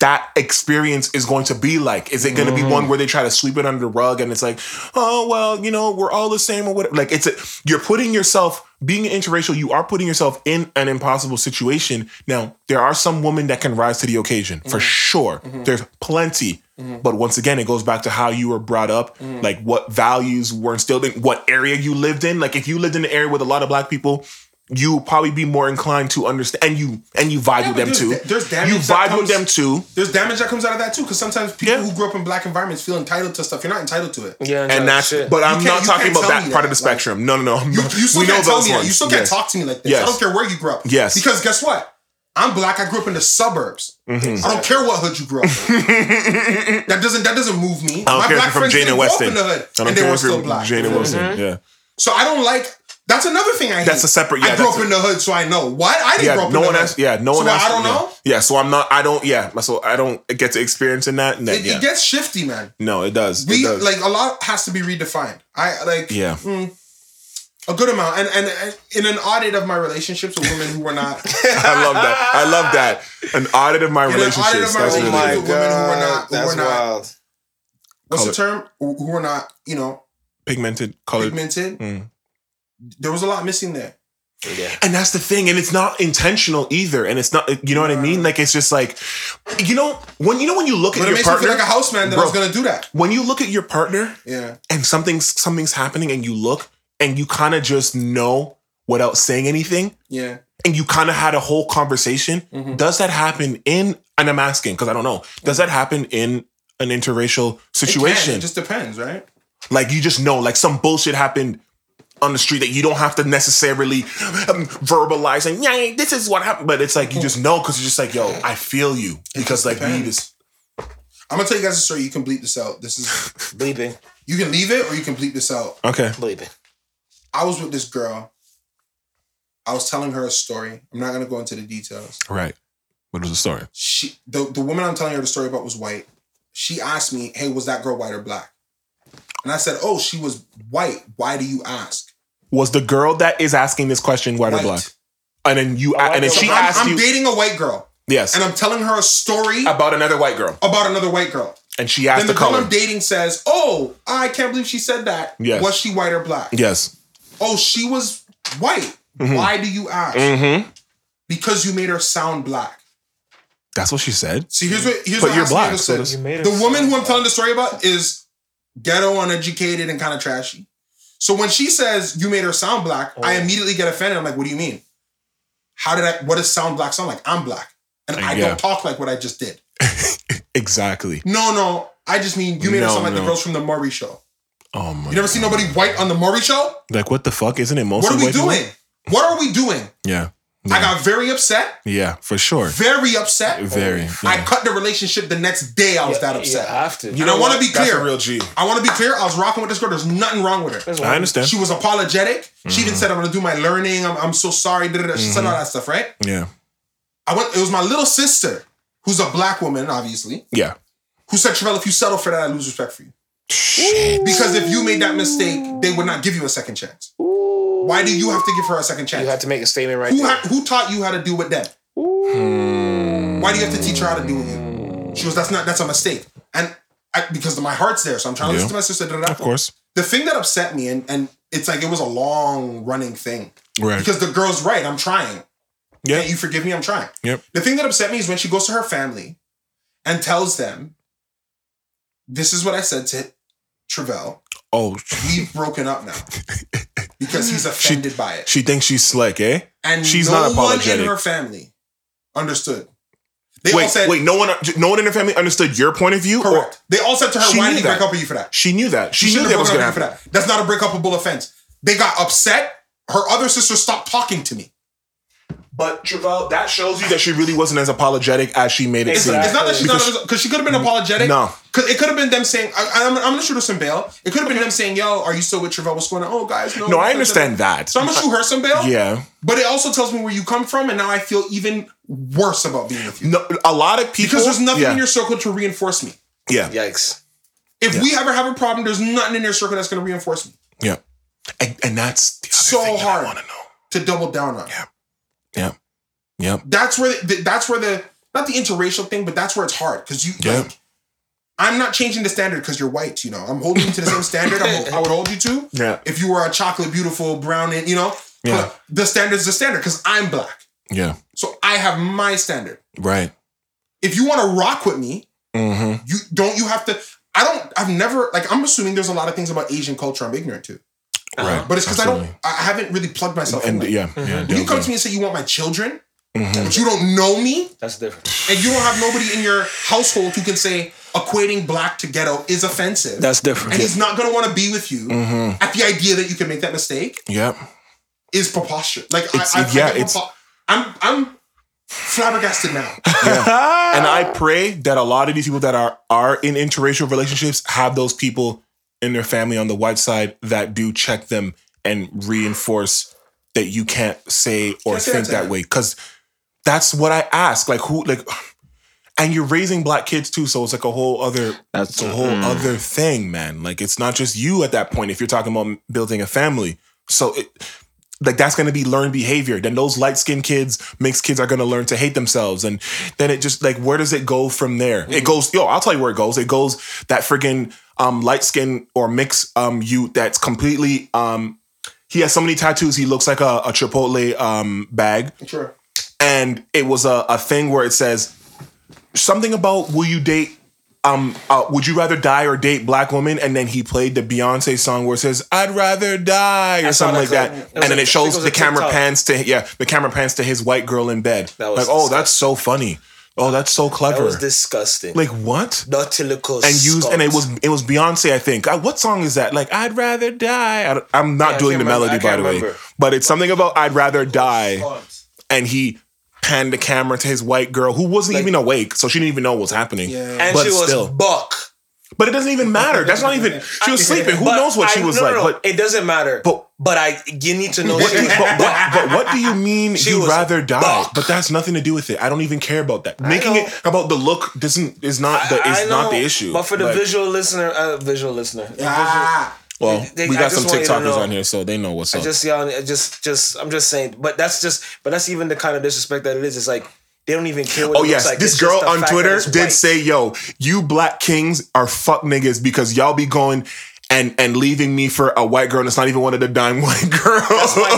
Speaker 1: that experience is going to be like. Is it going to be
Speaker 2: Mm-hmm.
Speaker 1: one where they try to sweep it under the rug and it's like, oh well, you know, we're all the same or whatever. Like it's a, you're putting yourself being interracial. You are putting yourself in an impossible situation. Now there are some women that can rise to the occasion
Speaker 2: Mm-hmm.
Speaker 1: for sure. There's plenty, but once again, it goes back to how you were brought up,
Speaker 2: Mm-hmm.
Speaker 1: like what values were instilled in, what area you lived in. Like if you lived in an area with a lot of black people. You will probably be more inclined to understand, and you and you vibe
Speaker 2: Yeah,
Speaker 1: with
Speaker 2: but
Speaker 1: them
Speaker 2: there's
Speaker 1: too.
Speaker 2: da- there's damage
Speaker 1: you
Speaker 2: that
Speaker 1: vibe with
Speaker 2: comes-
Speaker 1: them too.
Speaker 2: There's damage that comes out of that too, because sometimes people
Speaker 1: Yeah.
Speaker 2: who grew up in black environments feel entitled to stuff. You're not entitled to it.
Speaker 7: yeah,
Speaker 1: and
Speaker 7: that
Speaker 1: that's
Speaker 7: shit.
Speaker 1: but I'm
Speaker 2: can't-
Speaker 1: not
Speaker 2: you
Speaker 1: talking
Speaker 2: can't
Speaker 1: about
Speaker 2: tell
Speaker 1: that
Speaker 2: me
Speaker 1: part of
Speaker 2: that.
Speaker 1: the spectrum. No, no, no. I'm
Speaker 2: You,
Speaker 1: not-
Speaker 2: you still
Speaker 1: we know
Speaker 2: can't tell
Speaker 1: those
Speaker 2: me that.
Speaker 1: ones.
Speaker 2: You still can't
Speaker 1: Yes.
Speaker 2: talk to me like this.
Speaker 1: Yes.
Speaker 2: I don't care where you grew up.
Speaker 1: Yes.
Speaker 2: Because guess what? I'm black. I grew up in the suburbs.
Speaker 1: Mm-hmm.
Speaker 2: I don't care what hood you grew up in. that doesn't that doesn't move me.
Speaker 1: I don't
Speaker 2: My
Speaker 1: care if
Speaker 2: black
Speaker 1: you're from
Speaker 2: friends
Speaker 1: Jane and
Speaker 2: didn't grow up
Speaker 1: Weston.
Speaker 2: in the
Speaker 1: I
Speaker 2: hood
Speaker 1: don't
Speaker 2: and they
Speaker 1: care
Speaker 2: were
Speaker 1: if you're
Speaker 2: still
Speaker 1: from
Speaker 2: black.
Speaker 1: Jane and Wilson. Yeah.
Speaker 2: So I don't like. That's another thing I hate.
Speaker 1: That's a separate- yeah,
Speaker 2: I grew
Speaker 1: that's
Speaker 2: up in the hood, so I know why I didn't grow
Speaker 1: Yeah,
Speaker 2: up.
Speaker 1: no
Speaker 2: in
Speaker 1: one
Speaker 2: the hood.
Speaker 1: else. Yeah, no one
Speaker 2: So
Speaker 1: else.
Speaker 2: I don't
Speaker 1: yeah.
Speaker 2: know.
Speaker 1: Yeah, so I'm not. I don't. Yeah, so I don't get to experience in that. And then,
Speaker 2: It,
Speaker 1: yeah.
Speaker 2: it gets shifty, man.
Speaker 1: no, it does. it
Speaker 2: We
Speaker 1: does.
Speaker 2: like a lot has to be redefined. I like
Speaker 1: Yeah.
Speaker 2: mm, a good amount, and, and and in an audit of my relationships with women who were not
Speaker 1: I love that. I love that. An audit of my
Speaker 2: an audit of my
Speaker 1: relationships. That's
Speaker 2: Oh
Speaker 1: really
Speaker 2: my
Speaker 1: good.
Speaker 2: women who were not- who
Speaker 3: that's
Speaker 2: were not-
Speaker 3: wild.
Speaker 2: what's the
Speaker 1: Colour-
Speaker 2: term who who were not you know
Speaker 1: pigmented, colored.
Speaker 2: pigmented.
Speaker 1: Mm.
Speaker 2: There was a lot missing there.
Speaker 3: Yeah.
Speaker 1: And that's the thing, and it's not intentional either, and it's not. You know what I mean? Like it's just like, you know, when you know when you look at
Speaker 2: But it
Speaker 1: your
Speaker 2: makes
Speaker 1: partner,
Speaker 2: me feel like a house man that I was
Speaker 1: Bro.
Speaker 2: gonna do that.
Speaker 1: when you look at your partner,
Speaker 2: Yeah,
Speaker 1: and something's something's happening and you look and you kind of just know without saying anything
Speaker 2: yeah.
Speaker 1: and you kind of had a whole conversation
Speaker 2: Mm-hmm.
Speaker 1: does that happen in and i'm asking because i don't know does that happen in an interracial
Speaker 2: It can,
Speaker 1: situation
Speaker 2: It just depends, right?
Speaker 1: like you just know like some bullshit happened on the street that you don't have to necessarily um, verbalize and yeah this is what happened but it's like you just know because you're just like yo i feel you because like we
Speaker 2: Mm. depends.
Speaker 1: just
Speaker 2: I'm gonna tell you guys a story. You can bleep this out. This is
Speaker 3: Bleeping.
Speaker 2: you can leave it or you can bleep this out.
Speaker 1: okay
Speaker 3: Bleeping.
Speaker 2: I was with this girl. I was telling her a story. I'm not gonna go into the details.
Speaker 1: right what was the story
Speaker 2: She the, the woman I'm telling her the story about was white. She asked me, hey, was that girl white or black? And I said, Oh, she was white. Why do you ask?
Speaker 1: was the girl that is asking this question white, or
Speaker 2: White.
Speaker 1: black and then
Speaker 2: Oh,
Speaker 1: you and then
Speaker 7: white
Speaker 1: she
Speaker 7: girl.
Speaker 1: asked
Speaker 2: I'm, I'm
Speaker 1: you
Speaker 2: dating a white girl
Speaker 1: Yes.
Speaker 2: and I'm telling her a story
Speaker 1: about another white girl.
Speaker 2: about another white girl.
Speaker 1: And she asked
Speaker 2: Then
Speaker 1: the
Speaker 2: the girl
Speaker 1: color.
Speaker 2: I'm dating says, Oh, I can't believe she said that.
Speaker 1: Yes.
Speaker 2: Was she white or black?
Speaker 1: yes.
Speaker 2: Oh, she was white. Why do you ask?
Speaker 1: Mm-hmm.
Speaker 2: Because you made her sound black.
Speaker 1: That's what she said.
Speaker 2: See, here's what here's
Speaker 1: But
Speaker 2: what
Speaker 1: you're
Speaker 2: Ashley
Speaker 1: black,
Speaker 2: Davis
Speaker 1: so
Speaker 2: said.
Speaker 1: does- You
Speaker 2: the woman who I'm telling the story about is ghetto, uneducated, and kind of trashy. So when she says you made her sound black, I immediately get offended. I'm like, what do you mean? How did I? What does sound black sound like? I'm black, and I
Speaker 1: Yeah.
Speaker 2: don't talk like what I just did.
Speaker 1: Exactly.
Speaker 2: No, no, I just mean you made her
Speaker 1: No,
Speaker 2: sound like
Speaker 1: no.
Speaker 2: the girls from the Maury show.
Speaker 1: Oh my.
Speaker 2: You never see nobody white on the Maury show?
Speaker 1: Like what the fuck? Isn't it mostly
Speaker 2: What are we
Speaker 1: Oh, white people?
Speaker 2: doing? What are we doing?
Speaker 1: Yeah.
Speaker 2: I got very upset,
Speaker 1: Yeah, for sure.
Speaker 2: very upset.
Speaker 1: Very.
Speaker 2: I
Speaker 1: yeah.
Speaker 2: cut the relationship the next day. I was that upset.
Speaker 3: You have to.
Speaker 2: You know, I want to be
Speaker 1: That's
Speaker 2: clear.
Speaker 1: a real G.
Speaker 2: I want to be clear. I was rocking with this girl. There's nothing wrong with her.
Speaker 1: I understand.
Speaker 2: She was apologetic. She
Speaker 1: Mm-hmm.
Speaker 2: even said, "I'm gonna do my learning. I'm, I'm so sorry." Da, da, da. She said all that stuff, right?
Speaker 1: Yeah.
Speaker 2: I went. It was my little sister, who's a black woman, obviously,
Speaker 1: Yeah.
Speaker 2: who said, "Travell, if you settle for that, I lose respect for you." Because if you made that mistake, they would not give you a second chance. Why do you have to give her a second chance?
Speaker 3: You have to make a statement right
Speaker 2: who
Speaker 3: there.
Speaker 2: ha- who taught you how to deal with them?
Speaker 1: Hmm.
Speaker 2: Why do you have to teach her how to deal with you? She goes, "That's not. That's a mistake." And I, because my heart's there, so I'm trying to
Speaker 1: Yeah.
Speaker 2: listen to my sister. Da, da, da.
Speaker 1: Of course.
Speaker 2: the thing that upset me and and it's like it was a long running thing
Speaker 1: Right.
Speaker 2: because the girl's right i'm trying
Speaker 1: Yeah.
Speaker 2: Can't you forgive me i'm trying
Speaker 1: Yep.
Speaker 2: the thing that upset me is when she goes to her family and tells them this is what i said to Travell.
Speaker 1: Oh,
Speaker 2: We've broken up now because he's offended by it.
Speaker 1: she thinks she's slick, eh?
Speaker 2: and
Speaker 1: She's
Speaker 2: no
Speaker 1: not
Speaker 2: one
Speaker 1: apologetic.
Speaker 2: in her family understood. They all
Speaker 1: wait,
Speaker 2: said,
Speaker 1: wait. No one, no one in her family understood your point of view. or-
Speaker 2: correct. They all said to her,
Speaker 1: She
Speaker 2: "Why
Speaker 1: knew
Speaker 2: did he
Speaker 1: that.
Speaker 2: break up with you for that?"
Speaker 1: she knew that. She,
Speaker 2: She
Speaker 1: knew
Speaker 2: shouldn't
Speaker 1: that
Speaker 2: have
Speaker 1: was
Speaker 2: broken
Speaker 1: gonna
Speaker 2: up with
Speaker 1: happen.
Speaker 2: you for that. That's not a breakupable offense. They got upset. Her other sister stopped talking to me.
Speaker 1: But Travell, that shows you that she really wasn't as apologetic as she made it
Speaker 2: It's, it's not that she's not because she could have been apologetic.
Speaker 1: Mm, No.
Speaker 2: 'Cause it could have been them saying, I, am gonna shoot her some bail." It could have been them saying, "Yo, are you still with Travell? What's going on?" Oh, guys, no.
Speaker 1: seem. No, I understand that.
Speaker 2: So I'm gonna shoot her some bail.
Speaker 1: yeah.
Speaker 2: But it also tells me where you come from, and now I feel even worse about being with you
Speaker 1: No, a lot of people
Speaker 2: because there's nothing
Speaker 1: yeah,
Speaker 2: in your circle to reinforce me.
Speaker 1: yeah, yeah,
Speaker 3: Yikes.
Speaker 2: If we ever have a problem, there's nothing in your circle that's going to reinforce me
Speaker 1: and, and that's the other
Speaker 2: So
Speaker 1: thing that
Speaker 2: hard.
Speaker 1: I want to know.
Speaker 2: to double down on.
Speaker 1: Yeah. Yeah. Yeah.
Speaker 2: That's where the, that's where the not the interracial thing, but that's where it's hard because you.
Speaker 1: Yeah.
Speaker 2: Like, I'm not changing the standard because you're white. You know, I'm holding you to the same standard I'm, I would hold you to
Speaker 1: Yeah,
Speaker 2: if you were a chocolate, beautiful brown, and you know.
Speaker 1: Yeah.
Speaker 2: But the standard's the standard because I'm black,
Speaker 1: yeah,
Speaker 2: so I have my standard.
Speaker 1: right.
Speaker 2: If you want to rock with me,
Speaker 1: Mm-hmm.
Speaker 2: you don't. You have to. I don't. I've never like. I'm assuming there's a lot of things about Asian culture I'm ignorant to,
Speaker 1: Right,
Speaker 2: but it's because I don't.
Speaker 1: Absolutely.
Speaker 2: I I haven't really plugged myself in.
Speaker 1: And
Speaker 2: like-
Speaker 1: yeah, yeah.
Speaker 2: When you come
Speaker 1: yeah.
Speaker 2: to me and say you want my children,
Speaker 1: Mhm.
Speaker 2: but you don't know me,
Speaker 3: That's different.
Speaker 2: and you don't have nobody in your household who can say equating black to ghetto is offensive.
Speaker 7: That's different.
Speaker 2: and he's not gonna want to be with you.
Speaker 1: Mm-hmm.
Speaker 2: At the idea that you can make that mistake
Speaker 1: Yeah.
Speaker 2: is preposterous. Like
Speaker 1: It's-
Speaker 2: I,
Speaker 1: yeah,
Speaker 2: I, I get
Speaker 1: it's-
Speaker 2: prepo- I'm I'm flabbergasted now.
Speaker 1: and I pray that a lot of these people that are are in interracial relationships have those people in their family on the white side that do check them and reinforce that you can't say or
Speaker 2: Can't say
Speaker 1: think
Speaker 2: that to
Speaker 1: that
Speaker 2: them.
Speaker 1: way because that's what I ask. Like who like. And you're raising black kids too, so it's like a whole other,
Speaker 7: That's-
Speaker 1: it's a whole other thing, man. Like it's not just you at that point. If you're talking about building a family, so it, like that's going to be learned behavior. Then those light skinned kids, mixed kids are going to learn to hate themselves, and then it just like where does it go from there? It goes. Yo, I'll tell you where it goes. It goes that friggin' um, light skinned or mixed um, youth that's completely. Um, he has so many tattoos. He looks like a, a Chipotle um, bag,
Speaker 2: Sure.
Speaker 1: and it was a, a thing where it says something about will you date um uh, would you rather die or date black woman and then he played the beyonce song where it says i'd rather die or
Speaker 3: saw
Speaker 1: something like
Speaker 3: that
Speaker 1: that
Speaker 3: clip. It was
Speaker 1: and then it
Speaker 3: a- I think it
Speaker 1: shows
Speaker 3: was
Speaker 1: the
Speaker 3: a
Speaker 1: camera
Speaker 3: TikTok.
Speaker 1: pans to yeah the camera pans to his white girl in bed
Speaker 3: That
Speaker 1: like
Speaker 3: was
Speaker 1: oh that's so funny oh that's so
Speaker 3: That
Speaker 1: clever
Speaker 3: was disgusting.
Speaker 1: like what
Speaker 3: Nautilicus.
Speaker 1: and used and it was it was Beyonce I think. Uh, what song is that? Like I'd rather die. I don't- I'm not
Speaker 3: Yeah, I
Speaker 1: doing the
Speaker 3: can't remember-
Speaker 1: melody
Speaker 3: I
Speaker 1: by
Speaker 3: can't
Speaker 1: the way,
Speaker 3: remember.
Speaker 1: but it's something about I'd rather die. And he panned the camera to his white girl who wasn't
Speaker 3: Like-
Speaker 1: even awake, so she didn't even know what was happening.
Speaker 2: Yeah.
Speaker 3: And
Speaker 1: but
Speaker 3: she was
Speaker 1: still,
Speaker 3: buck.
Speaker 1: but it doesn't even matter. That's not even she was sleeping. Who
Speaker 3: But
Speaker 1: knows what she
Speaker 3: I-
Speaker 1: was
Speaker 3: no,
Speaker 1: like?
Speaker 3: no, no,
Speaker 1: But
Speaker 3: it doesn't matter. But
Speaker 1: but.
Speaker 3: I you need to know.
Speaker 1: What
Speaker 3: she
Speaker 1: do you,
Speaker 3: was
Speaker 1: but,
Speaker 3: buck.
Speaker 1: but, but what do you mean
Speaker 3: She
Speaker 1: you'd
Speaker 3: was
Speaker 1: rather die?
Speaker 3: buck.
Speaker 1: But that's nothing to do with it. I don't even care about that. Making
Speaker 3: know.
Speaker 1: it about the look doesn't is not the
Speaker 3: I- I
Speaker 1: is not the
Speaker 3: know,
Speaker 1: issue.
Speaker 3: But for the
Speaker 1: Like-
Speaker 3: visual listener, uh, visual listener, the visual-
Speaker 2: Ah,
Speaker 1: Well,
Speaker 3: They-
Speaker 1: we
Speaker 3: I
Speaker 1: got
Speaker 3: just
Speaker 1: some
Speaker 3: want you to
Speaker 1: TikTokers
Speaker 3: know.
Speaker 1: on here, so they know what's up.
Speaker 3: just y'all, I just, just, I'm just saying. But that's just, but that's even the kind of disrespect that it is. It's like they don't even care what.
Speaker 1: oh
Speaker 3: it
Speaker 1: yes,
Speaker 3: looks like.
Speaker 1: this
Speaker 3: It's just
Speaker 1: girl
Speaker 3: the
Speaker 1: on
Speaker 3: fact that
Speaker 1: Twitter
Speaker 3: it's
Speaker 1: did
Speaker 3: white.
Speaker 1: say, "Yo, you black kings are fuck niggas because y'all be going." And, and leaving me for a white girl and it's not even one of the dime white girls.
Speaker 3: That's my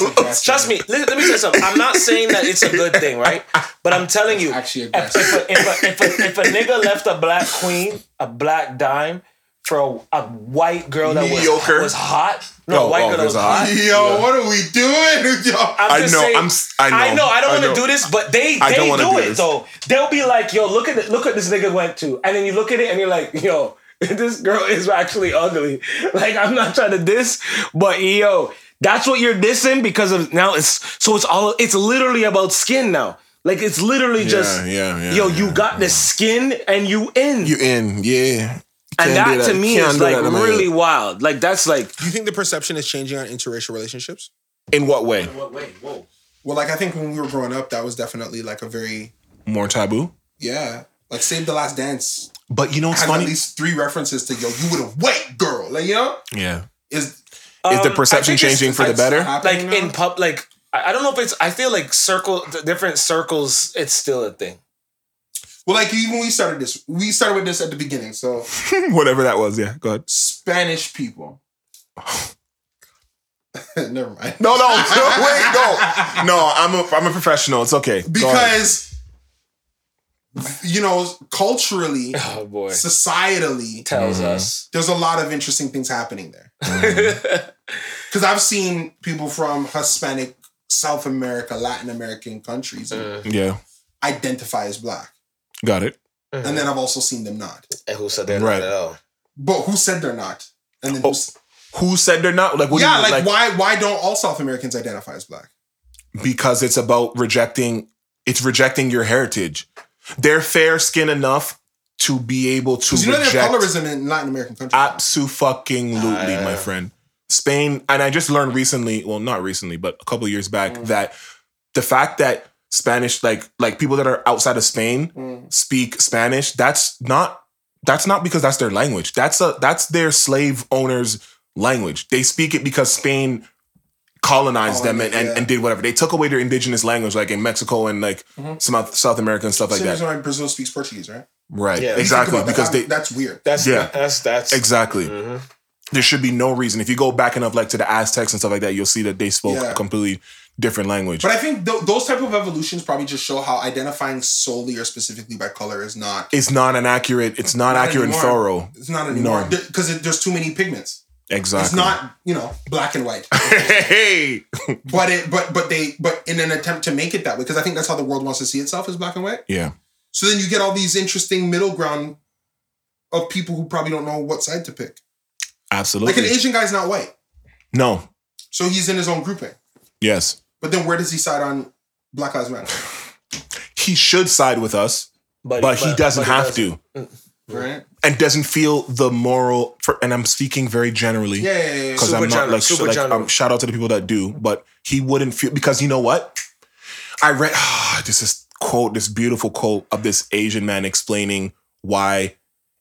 Speaker 3: point. Like, trust me. Let, let me tell you something. I'm not saying that it's a good thing, right? But I'm telling you,
Speaker 2: actually
Speaker 3: if, if, a, if, a, if, a, if a nigga left a black queen, a black dime for a, a white girl that
Speaker 1: Mediocre.
Speaker 3: was, was hot, no,
Speaker 1: Oh,
Speaker 3: a white
Speaker 1: oh,
Speaker 3: girl that
Speaker 1: there's
Speaker 3: was
Speaker 1: a
Speaker 3: hot.
Speaker 1: hot-
Speaker 2: yo, what are we doing? Yo,
Speaker 1: I
Speaker 3: I'm just
Speaker 1: know,
Speaker 3: saying-
Speaker 1: I'm s- I know,
Speaker 3: I know. I
Speaker 1: I
Speaker 3: don't want
Speaker 1: know.
Speaker 3: to do this, but they
Speaker 1: I
Speaker 3: they
Speaker 1: don't
Speaker 3: do,
Speaker 1: wanna do
Speaker 3: it
Speaker 1: this.
Speaker 3: though. They'll be like, "Yo, look at it, look what this nigga went to," and then you look at it and you're like, "Yo, this girl is actually ugly." Like I'm not trying to diss, but yo, that's what you're dissing because of now. It's so it's all it's literally about skin now. Like it's literally just
Speaker 1: yeah, yeah,
Speaker 3: yo, you
Speaker 1: yeah,
Speaker 3: got the skin and you in,
Speaker 1: You in, yeah.
Speaker 3: and
Speaker 1: Can't do
Speaker 3: that, to me
Speaker 1: Can't
Speaker 3: is
Speaker 1: do
Speaker 3: like
Speaker 1: that to my
Speaker 3: really
Speaker 1: head.
Speaker 3: wild. Like that's like
Speaker 2: do you think the perception is changing on interracial relationships?
Speaker 1: In what way?
Speaker 2: Well, like I think when we were growing up, that was definitely like a very
Speaker 1: More taboo.
Speaker 2: yeah, like Save the Last Dance
Speaker 1: But you know what's
Speaker 2: has at
Speaker 1: funny?
Speaker 2: least three references to yo, you would have wait, girl. Like, you know?
Speaker 1: Yeah.
Speaker 2: Is
Speaker 1: is the
Speaker 3: Um, I
Speaker 1: perception
Speaker 3: think it's-
Speaker 1: changing for the
Speaker 3: it's-
Speaker 1: better?
Speaker 2: happening
Speaker 3: like
Speaker 2: now?
Speaker 3: in pub like I I don't know if it's I feel like circle the different circles it's still a thing.
Speaker 2: Well, like even we started this, we started with this at the beginning. So
Speaker 1: Whatever that was, yeah. Go ahead.
Speaker 2: Spanish people. Never mind.
Speaker 1: No, no, wait, no. No, I'm a I'm a professional. It's okay. Go ahead.
Speaker 2: Because you know, culturally,
Speaker 3: Oh boy.
Speaker 2: societally,
Speaker 3: tells
Speaker 1: Mm-hmm.
Speaker 3: us.
Speaker 2: there's a lot of
Speaker 1: Mm-hmm.
Speaker 2: interesting things happening there. Because I've seen people from Hispanic South America, Latin American countries
Speaker 1: Mm.
Speaker 2: and
Speaker 1: Yeah.
Speaker 2: identify as black.
Speaker 1: Got it.
Speaker 2: And then I've also seen them not.
Speaker 7: And who said they're
Speaker 1: Right.
Speaker 7: not at all?
Speaker 2: But who said they're not? And then who's,
Speaker 1: Oh, Who said they're not? Like, what do
Speaker 2: yeah,
Speaker 1: you
Speaker 2: like,
Speaker 1: mean?
Speaker 2: why why don't all South Americans identify as black?
Speaker 1: because it's about rejecting it's rejecting your heritage. They're fair skin enough to be able to
Speaker 2: Because you know there's
Speaker 1: reject
Speaker 2: colorism in Latin American countries. now.
Speaker 1: absolutely fucking lutely, my friend. Spain, and I just learned recently, well, not recently, but a couple years back, that the fact that Spanish, like like people that are outside of Spain speak Spanish, that's not that's not because that's their language. That's a that's their slave owners' language. They speak it because Spain colonized them and, and,
Speaker 2: Colonized, yeah.
Speaker 1: and did whatever. They took away their indigenous language, like in Mexico and like some South, South America and stuff like
Speaker 2: Same
Speaker 1: that.
Speaker 2: reason why Brazil speaks Portuguese, right?
Speaker 1: Right.
Speaker 7: Yeah.
Speaker 1: Exactly.
Speaker 2: Think about
Speaker 1: Because
Speaker 2: that.
Speaker 1: they
Speaker 2: that's weird.
Speaker 7: That's
Speaker 1: Yeah.
Speaker 7: That's that's
Speaker 1: Exactly. There should be no reason. If you go back enough, like to the Aztecs and stuff like that, you'll see that they spoke
Speaker 2: Yeah.
Speaker 1: a completely different language.
Speaker 2: But I think th- those type of evolutions probably just show how identifying solely or specifically by color is not.
Speaker 1: it's not an accurate. It's not,
Speaker 2: Not
Speaker 1: accurate
Speaker 2: anymore.
Speaker 1: and thorough.
Speaker 2: It's not anymore because there's too many pigments.
Speaker 1: Exactly.
Speaker 2: It's not you know black and white,
Speaker 1: hey.
Speaker 2: but it but but they but in an attempt to make it that way because I think that's how the world wants to see itself as black and white.
Speaker 1: Yeah.
Speaker 2: So then you get all these interesting middle ground of people who probably don't know what side to pick. Like
Speaker 1: Absolutely.
Speaker 2: an Asian guy's not white,
Speaker 1: no.
Speaker 2: so he's in his own grouping.
Speaker 1: Yes.
Speaker 2: But then where does he side on Black Lives Matter?
Speaker 1: He should side with us, but, he doesn't
Speaker 7: but
Speaker 1: have
Speaker 7: doesn't.
Speaker 1: to,
Speaker 2: Right?
Speaker 1: and doesn't feel the moral. For, and I'm speaking very generally.
Speaker 2: Yeah, yeah, yeah. yeah.
Speaker 1: because I'm
Speaker 7: Super
Speaker 1: not
Speaker 7: genre,
Speaker 1: like, sh-
Speaker 7: super
Speaker 1: like
Speaker 7: genre.
Speaker 1: um, shout out to the people that do, but he wouldn't feel because you know what? I read this is quote this beautiful quote of this Asian man explaining why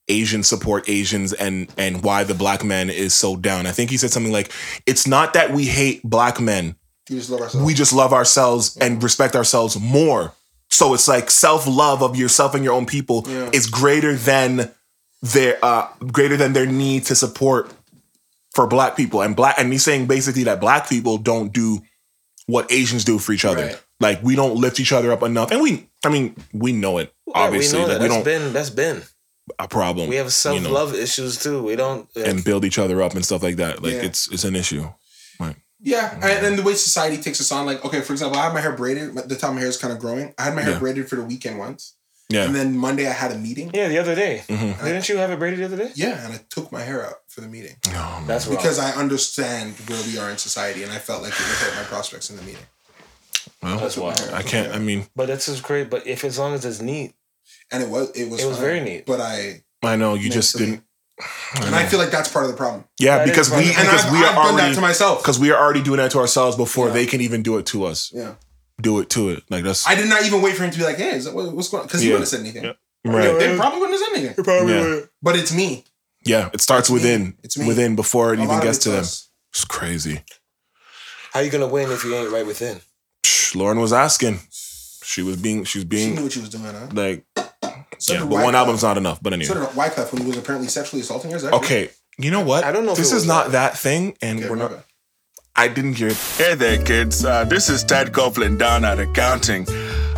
Speaker 1: Asians support Asians and and why the black man is so down. I think he said something like, "It's not that we hate black men,
Speaker 2: You just love ourselves.
Speaker 1: we just love ourselves and respect ourselves more." So it's like self love of yourself and your own people
Speaker 2: Yeah.
Speaker 1: is greater than their uh greater than their need to support for black people and black and he's saying basically that black people don't do what Asians do for each other.
Speaker 2: Right.
Speaker 1: Like we don't lift each other up enough, and we I mean we know it
Speaker 7: Yeah,
Speaker 1: obviously
Speaker 7: we know
Speaker 1: that
Speaker 7: that.
Speaker 1: we don't
Speaker 7: That's been that's been.
Speaker 1: a problem.
Speaker 7: We have
Speaker 1: you
Speaker 7: self
Speaker 1: know,
Speaker 7: love issues too. We don't. like-
Speaker 1: and build each other up and stuff like that. Like
Speaker 2: Yeah.
Speaker 1: it's it's an issue.
Speaker 2: Yeah, and, and the way society takes us on, like, okay, for example, I have my hair braided. but The top of my hair is kind of growing. I had my hair
Speaker 1: Yeah.
Speaker 2: braided for the weekend once, and
Speaker 1: Yeah,
Speaker 2: then Monday I had a meeting.
Speaker 7: yeah, the other day,
Speaker 1: Mhm.
Speaker 7: didn't you have it braided the other day?
Speaker 2: Yeah, and I took my hair out for the meeting
Speaker 1: Oh, man.
Speaker 7: That's wrong.
Speaker 2: because I understand where we are in society, and I felt like it would hurt my prospects in the meeting.
Speaker 1: well,
Speaker 7: that's wild.
Speaker 1: I can't. I mean,
Speaker 7: But that's just great. But if as long as it's neat,
Speaker 2: And it was it was
Speaker 7: It was
Speaker 2: fine,
Speaker 7: very neat.
Speaker 2: but I
Speaker 1: I know you just
Speaker 2: mentally-
Speaker 1: didn't.
Speaker 2: and I feel like that's part of the problem.
Speaker 1: Yeah,
Speaker 7: That is
Speaker 1: because we
Speaker 7: funny.
Speaker 2: And
Speaker 1: because
Speaker 2: I've,
Speaker 1: we
Speaker 2: I've
Speaker 1: are
Speaker 2: done that
Speaker 1: already
Speaker 2: to myself.
Speaker 1: because we are already doing that to ourselves before
Speaker 2: Yeah.
Speaker 1: they can even do it to us.
Speaker 2: Yeah,
Speaker 1: Do it to it like that's
Speaker 2: I did not even wait for him to be like, "Hey, is that, what, what's going?" on? Because he
Speaker 1: Yeah.
Speaker 2: wouldn't have said anything.
Speaker 1: right.
Speaker 2: They probably wouldn't have said anything.
Speaker 1: Yeah.
Speaker 2: But it's me.
Speaker 1: Yeah, it starts
Speaker 2: me.
Speaker 1: within.
Speaker 2: It's me.
Speaker 1: Within before it
Speaker 2: A lot
Speaker 1: even
Speaker 2: of
Speaker 1: gets
Speaker 2: it's
Speaker 1: to them.
Speaker 2: us.
Speaker 1: It's crazy.
Speaker 7: how you gonna win if you ain't right within?
Speaker 1: Psh, Lauren was asking. She was being. She was
Speaker 2: She
Speaker 1: being
Speaker 2: knew what she was doing, huh?
Speaker 1: like.
Speaker 2: So
Speaker 1: yeah,
Speaker 2: did
Speaker 1: but
Speaker 2: Wyclef.
Speaker 1: one album's not enough. But
Speaker 2: So
Speaker 1: anyway.
Speaker 2: did Wyclef when he was apparently sexually assaulting her. Is that
Speaker 1: Okay. You know what?
Speaker 7: I don't know if
Speaker 1: This
Speaker 7: it
Speaker 1: is
Speaker 7: was
Speaker 1: not that thing, and
Speaker 2: true? Okay,
Speaker 1: we're
Speaker 2: my
Speaker 1: not.
Speaker 2: bad.
Speaker 1: I didn't hear.
Speaker 8: Hey there, kids. Uh, this is Ted Coughlin down at accounting.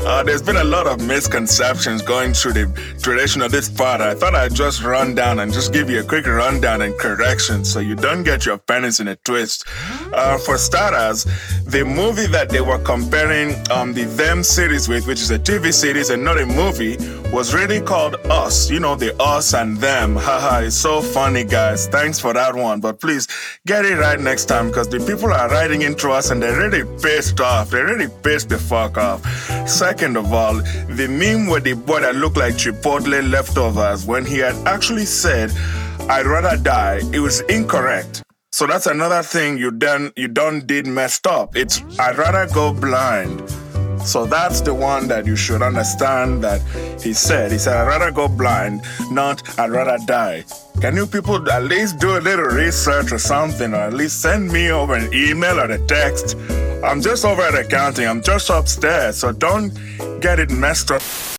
Speaker 8: Uh, there's been a lot of misconceptions going through the tradition of this part. I thought I'd just run down and just give you a quick rundown and correction so you don't get your pennies in a twist. Uh, for starters, the movie that they were comparing um, the Them series with, which is a TV series and not a movie, was really called Us. You know, the Us and Them. Haha, it's so funny, guys. Thanks for that one. But please get it right next time because the people are riding into us and they're really pissed off. They're really pissed the fuck off. Second of all, the meme with the boy that looked like Chipotle leftovers when he had actually said, I'd rather die, it was incorrect. So that's another thing you done you done did messed up. It's I'd rather go blind. So that's the one that you should understand that he said. He said, I'd rather go blind, not I'd rather die. Can you people at least do a little research or something, or at least send me over an email or a text? I'm just over at accounting, I'm just upstairs, so don't get it messed up.